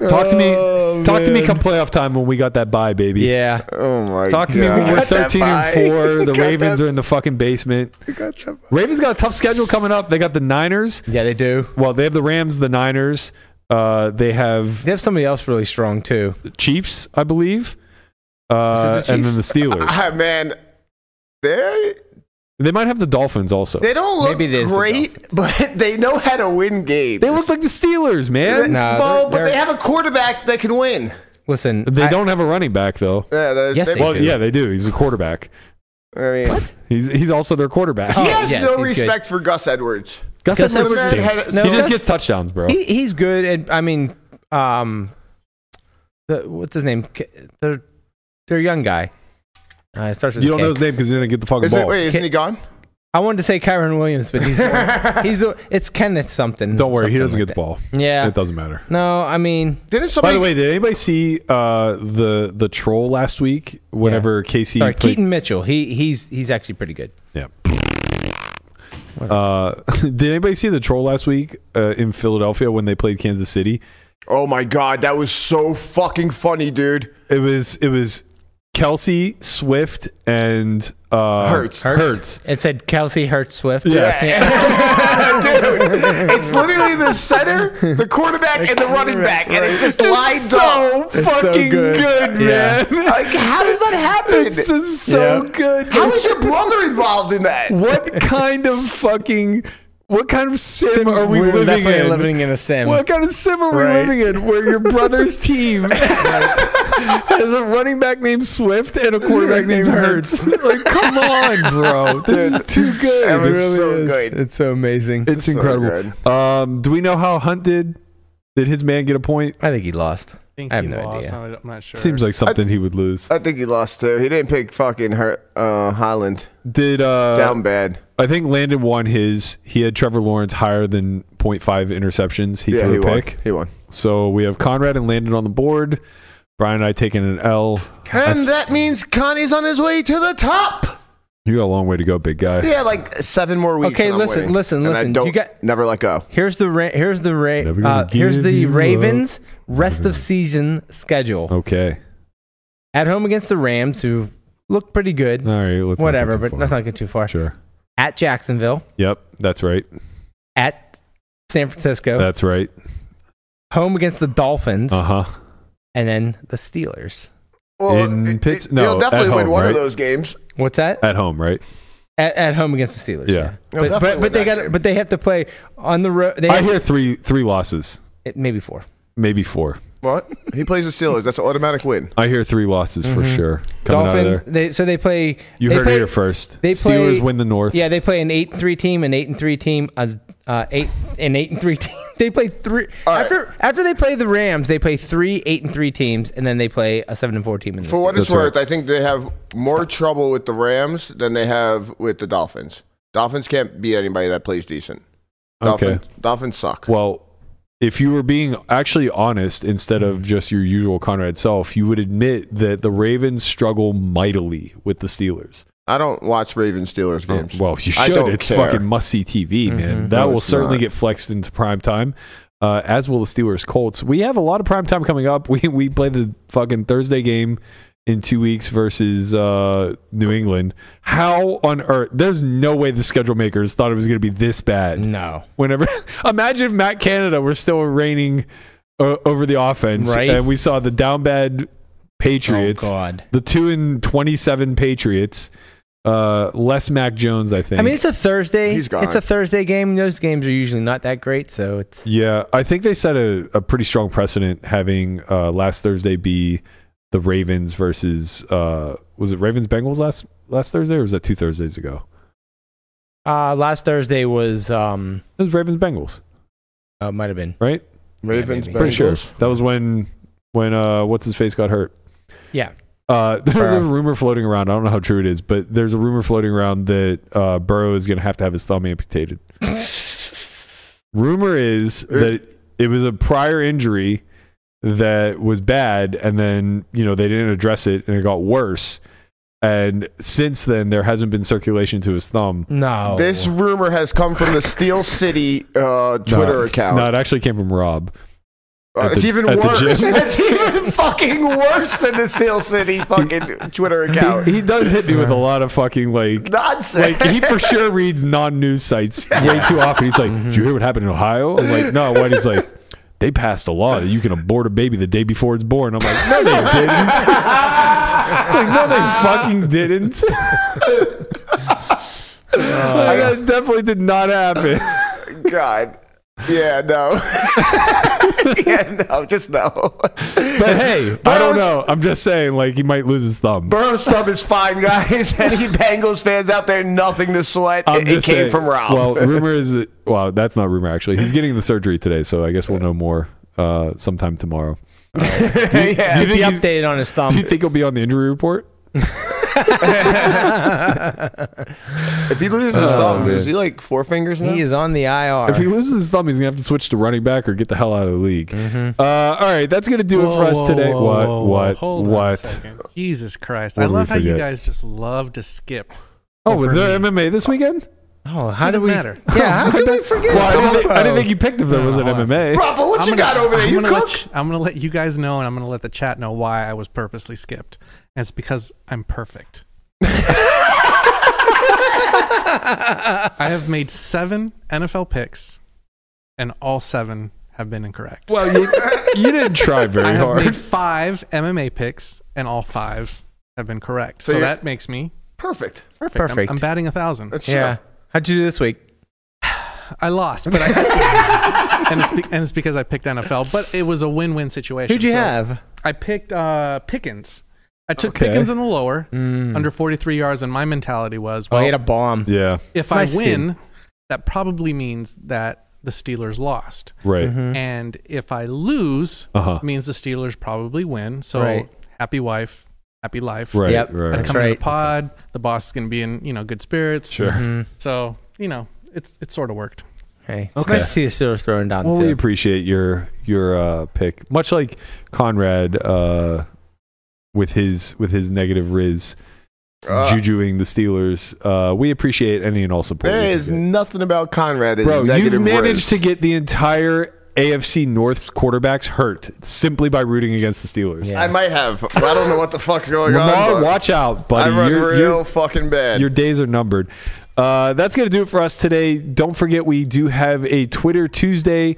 talk to me. talk to me. Come playoff time when we got that bye, baby. yeah. Oh my Talk to me when we're 13 and 4. The Ravens are in the fucking basement. Ravens got a tough schedule coming up. They got the Niners. Yeah, they do. Well, they have the Rams, the Niners. Uh, they have They have somebody else really strong too. the Chiefs, I believe. Uh, Is it the [LAUGHS] And then the Steelers. Ah, man. Ah, They They might have the Dolphins also. They, They don't look Maybe it is the great, but [LAUGHS] they know how to win games. look like the Steelers, man. No, well, but they're- they they're- have a quarterback that can win. Listen, They I- don't have a running back though. Yeah, they- Yes, they- they well, do. yeah, they do. He's a quarterback. I mean, He's he's also their quarterback. he Oh, has yes, no he's good. respect for Gus Edwards. [LAUGHS] Gus, Gus Edwards Edwards stinks. had- no, he just Gus- gets touchdowns, bro. He, he's good, and I mean, um, the what's his name? K- Their their young guy. Uh, it starts with you a don't K. know his name because he didn't get the fucking Is it, ball. wait, isn't he gone? I wanted to say Kyron Williams, but [LAUGHS] he's the [LAUGHS] one- he's the, it's Kenneth something. don't worry, he doesn't something get like the ball. that. Yeah. It doesn't matter. No, I mean, Didn't By somebody? the way, did anybody see uh, the the troll last week? Whenever Casey sorry, played- Keaton Mitchell. He he's he's actually pretty good. Yeah. Uh, [LAUGHS] did anybody see the troll last week uh, in Philadelphia when they played Kansas City? oh my god, that was so fucking funny, dude. It was it was Kelsey Swift and uh, Hurts. Hurts. It said Kelsey Hurts Swift. Yes. [LAUGHS] It's literally the center, the quarterback, and the running back, and it just lined It's so up. so fucking good. good, Yeah. man. Like, how does that happen? it's just so Yeah. good. how is your brother involved in that? what kind of fucking what kind of sim, Sim, are we we're living definitely in? living in a sim. What kind of sim are Right. we living in? Where [LAUGHS] your brother's team has a running back named Swift and a quarterback [LAUGHS] named Hurts? like, come on, bro. [LAUGHS] This is too That was good. so good. It's so amazing. It's so incredible. Um, do we know how Hunt did? Did his man get a point? I think he lost. think I have he no lost. idea. I'm not- I'm not sure. Seems like something he would lose. I think he lost too. He didn't pick fucking her, uh, Highland. Did uh, Down bad. I think Landon won his. He had Trevor Lawrence higher than 0.5 interceptions. He Yeah, threw he a won. pick. He won. So we have Conrad and Landon on the board. Brian and I taking an L. And that means Connie's on his way to the top. You got a long way to go, big guy. Yeah, like seven more weeks. Okay, and I'm listen, winning. listen, And listen. I You don't got- never let go. Here's the ra- here's the ra- Never gonna uh, here's give the you up. Oh. Ravens rest of season schedule Okay. at home against the Rams, who look pretty good. All right. Let's not Whatever, get too but far. let's not get too far. Sure. At Jacksonville, Yep. That's right. at San Francisco, That's right. home against the Dolphins, Uh huh. and then the Steelers. In it- Pitts- it- no, he'll at definitely win home, one of right? those games. What's that? At home, right? At, at home against the Steelers. Uh. Yeah. They'll But, definitely but, but win they that got game. but they have to play on the road. They I have- hear three three losses, it- maybe four. maybe four. What? He plays the Steelers. That's an automatic win. I hear three losses for sure coming out Mm-hmm. Dolphins. of there. They, so they play. You they heard play- it here first. they Steelers play- win the North. Yeah, they play an eight and three team, an eight and three team, a uh, eight an eight and three [LAUGHS] team. They play three right. after after they play the Rams. They play three eight and three teams, and then they play a seven and four team. In the For what season. it's That's right. worth, I think they have more trouble with the Rams than they have with the Dolphins. Dolphins can't beat anybody that plays decent. Okay. Dolphins, Dolphins suck. Well, if you were being actually honest instead of just your usual Conrad self, you would admit that the Ravens struggle mightily with the Steelers. I don't watch Ravens Steelers games. Oh, Well, you I should. don't It's care. Mm-hmm. fucking must see TV, man. That No, will it's certainly not. get flexed into prime time. Uh, as will the Steelers Colts. We have a lot of prime time coming up. [LAUGHS] We we play the fucking Thursday game in two weeks versus uh, New England. How on earth? There's no way the schedule makers thought it was going to be this bad. Mm. No, whenever [LAUGHS] imagine if Matt Canada were still reigning uh, over the offense Right. and we saw the down bad Patriots Oh, God. the 2 and 27 Patriots uh less Mac Jones I think I mean it's a Thursday. He's gone. It's a Thursday game. Those games are usually not that great, so it's yeah I think they set a, a pretty strong precedent having uh last Thursday be the Ravens versus uh was it Ravens Bengals last last Thursday or was that two Thursdays ago uh, last Thursday was um it was Ravens Bengals oh, it might have been right Ravens, maybe. pretty sure Bengals. that was when when uh what's his face got hurt yeah Uh, [LAUGHS] there's a Burrow. rumor floating around. I don't know how true it is, but there's a rumor floating around that uh, Burrow is going to have to have his [LAUGHS] thumb amputated. rumor is that it was a prior injury that was bad, and then you know they didn't address it, and it got worse. And since then, there hasn't been circulation to his thumb. no Oh, This rumor has come from the Steel City uh, No, Twitter account. No, it actually came from Rob. Uh, at it's the- even at the worse. gym. [LAUGHS] it's even fucking worse than the Steel City fucking Twitter account. He, he does hit me with [LAUGHS] a lot of fucking like Nonsense. like he for sure reads non-news sites way too often. He's like, "Did you hear what happened in Ohio?" I'm like, "No." What? He's like, "They passed a law that you can abort a baby the day before it's born." I'm like, "No, they didn't." [LAUGHS] like, no, they fucking didn't. I got- definitely did not happen. [LAUGHS] God. Yeah, no. [LAUGHS] yeah, no, just no. But hey, I don't Burrow's- know. I'm just saying, like he might lose his thumb. Burrow's thumb is fine, guys. [LAUGHS] Any Bengals fans out there, nothing to sweat. It, I'm it came just saying- from Rob. [LAUGHS] Well, rumor is that, well, that's not rumor actually. He's getting the surgery today, so I guess we'll know more uh, sometime tomorrow. [LAUGHS] yeah. Do Be you think he's- updated on his thumb. Um, Do you think he'll be on the injury report? If he loses his thumb, man. is he like four fingers now? He is on the IR. If he loses his thumb, he's gonna have to switch to running back or get the hell out of the league. Uh, all right, that's gonna do it for us today. Mm-hmm. Whoa, what? whoa, whoa, what? Hold on a what? second. Jesus Christ. What I did we love how you forget? guys just love to skip. Oh, was For there me. MMA this weekend? oh, how Doesn't do we? matter. Yeah, how [LAUGHS] did we forget? Well, I didn't, think, I Bro. didn't think you picked if there No, was an hold on a MMA. Rob, but what you I'm gonna- got over there? I'm You gonna let cook? you- I'm going to let you guys know, and I'm going to let the chat know why I was purposely skipped. And it's because I'm perfect. I have made seven NFL picks, and all seven have been incorrect. Well, you, you didn't [LAUGHS] try I very have hard. made five MMA picks, and all five have been correct. So, you're- that makes me Perfect. perfect. I'm- Perfect. I'm, batting a thousand. That's Yeah. How'd you do this week? I lost, but I, [LAUGHS] and, it's be, and it's because I picked NFL. But it was a win-win situation. Who'd you So have? I picked uh, Pickens. I took Okay. Hmm. Pickens in the lower Mm. under 43 yards, and my mentality was, oh, well, he had a bomb. [LAUGHS] yeah, if nice I win, team. that probably means that the Steelers lost, right. Mm-hmm. and if I lose, Uh huh. means the Steelers probably win. So Right. happy wife, happy life. Right. Yep. Right. That's Coming to right. the pod, the boss is going to be in you know good spirits. Sure. Mhm. So you know it's it sort of worked. Hey, it's Okay. nice to see the Steelers throwing down Well, the we field. appreciate your your uh, pick, much like Conrad uh, with his with his negative Riz Uh, jujuing the Steelers. Uh, we appreciate any and all support. we There can is get. nothing about Conrad. Is bro. You negative managed Riz. to get the entire AFC North's quarterbacks hurt simply by rooting against the Steelers. Yeah. I might have. but I don't know what the fuck's going on. Lamar, but watch out, I buddy. run You're- real you're- fucking bad. Your days are numbered. Uh, that's going to do it for us today. Don't forget, we do have a Twitter Tuesday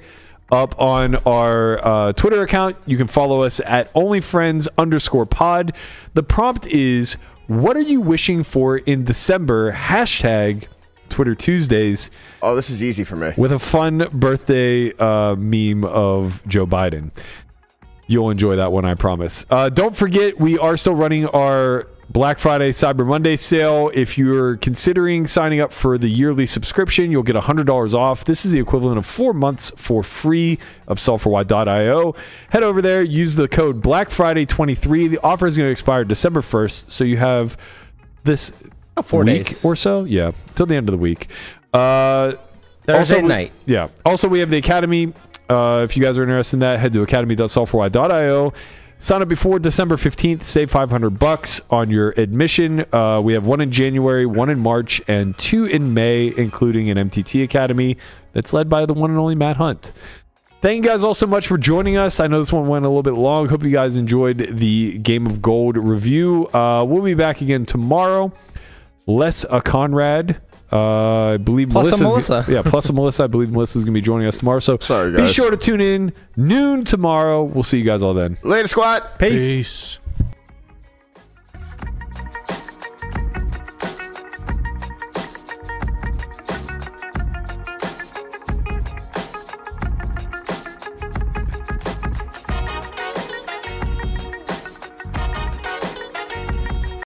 up on our uh, Twitter account. You can follow us at onlyfriends underscore pod. The prompt is what are you wishing for in December? Hashtag Twitter Tuesdays oh, this is easy for me. with a fun birthday uh, meme of Joe Biden. You'll enjoy that one, I promise. Uh, don't forget, we are still running our Black Friday Cyber Monday sale. If you're considering signing up for the yearly subscription, you'll get $100 off. This is the equivalent of four months for free of sulfurwatt.io. Head over there, use the code Black Friday 23 The offer is going to expire December 1st, so you have this Oh, four week days. or so. Yeah, till the end of the week. Uh, Thursday also, we- night. yeah. Also, we have the Academy. Uh, if you guys are interested in that, head to academy.software.io. Sign up before December 15th. Save 500 bucks on your admission. Uh, we have one in January, one in March, and two in May, including an MTT Academy that's led by the one and only Matt Hunt. Thank you guys all so much for joining us. I know this one went a little bit long. Hope you guys enjoyed the Game of Gold review. Uh, we'll be back again tomorrow. Less a Conrad. Uh, I believe Plus a Melissa's- Melissa. yeah, plus a Melissa. I believe Melissa's going to be joining us tomorrow. So Sorry, be guys. sure to tune in noon tomorrow. We'll see you guys all then. Later, squad. Peace. Peace.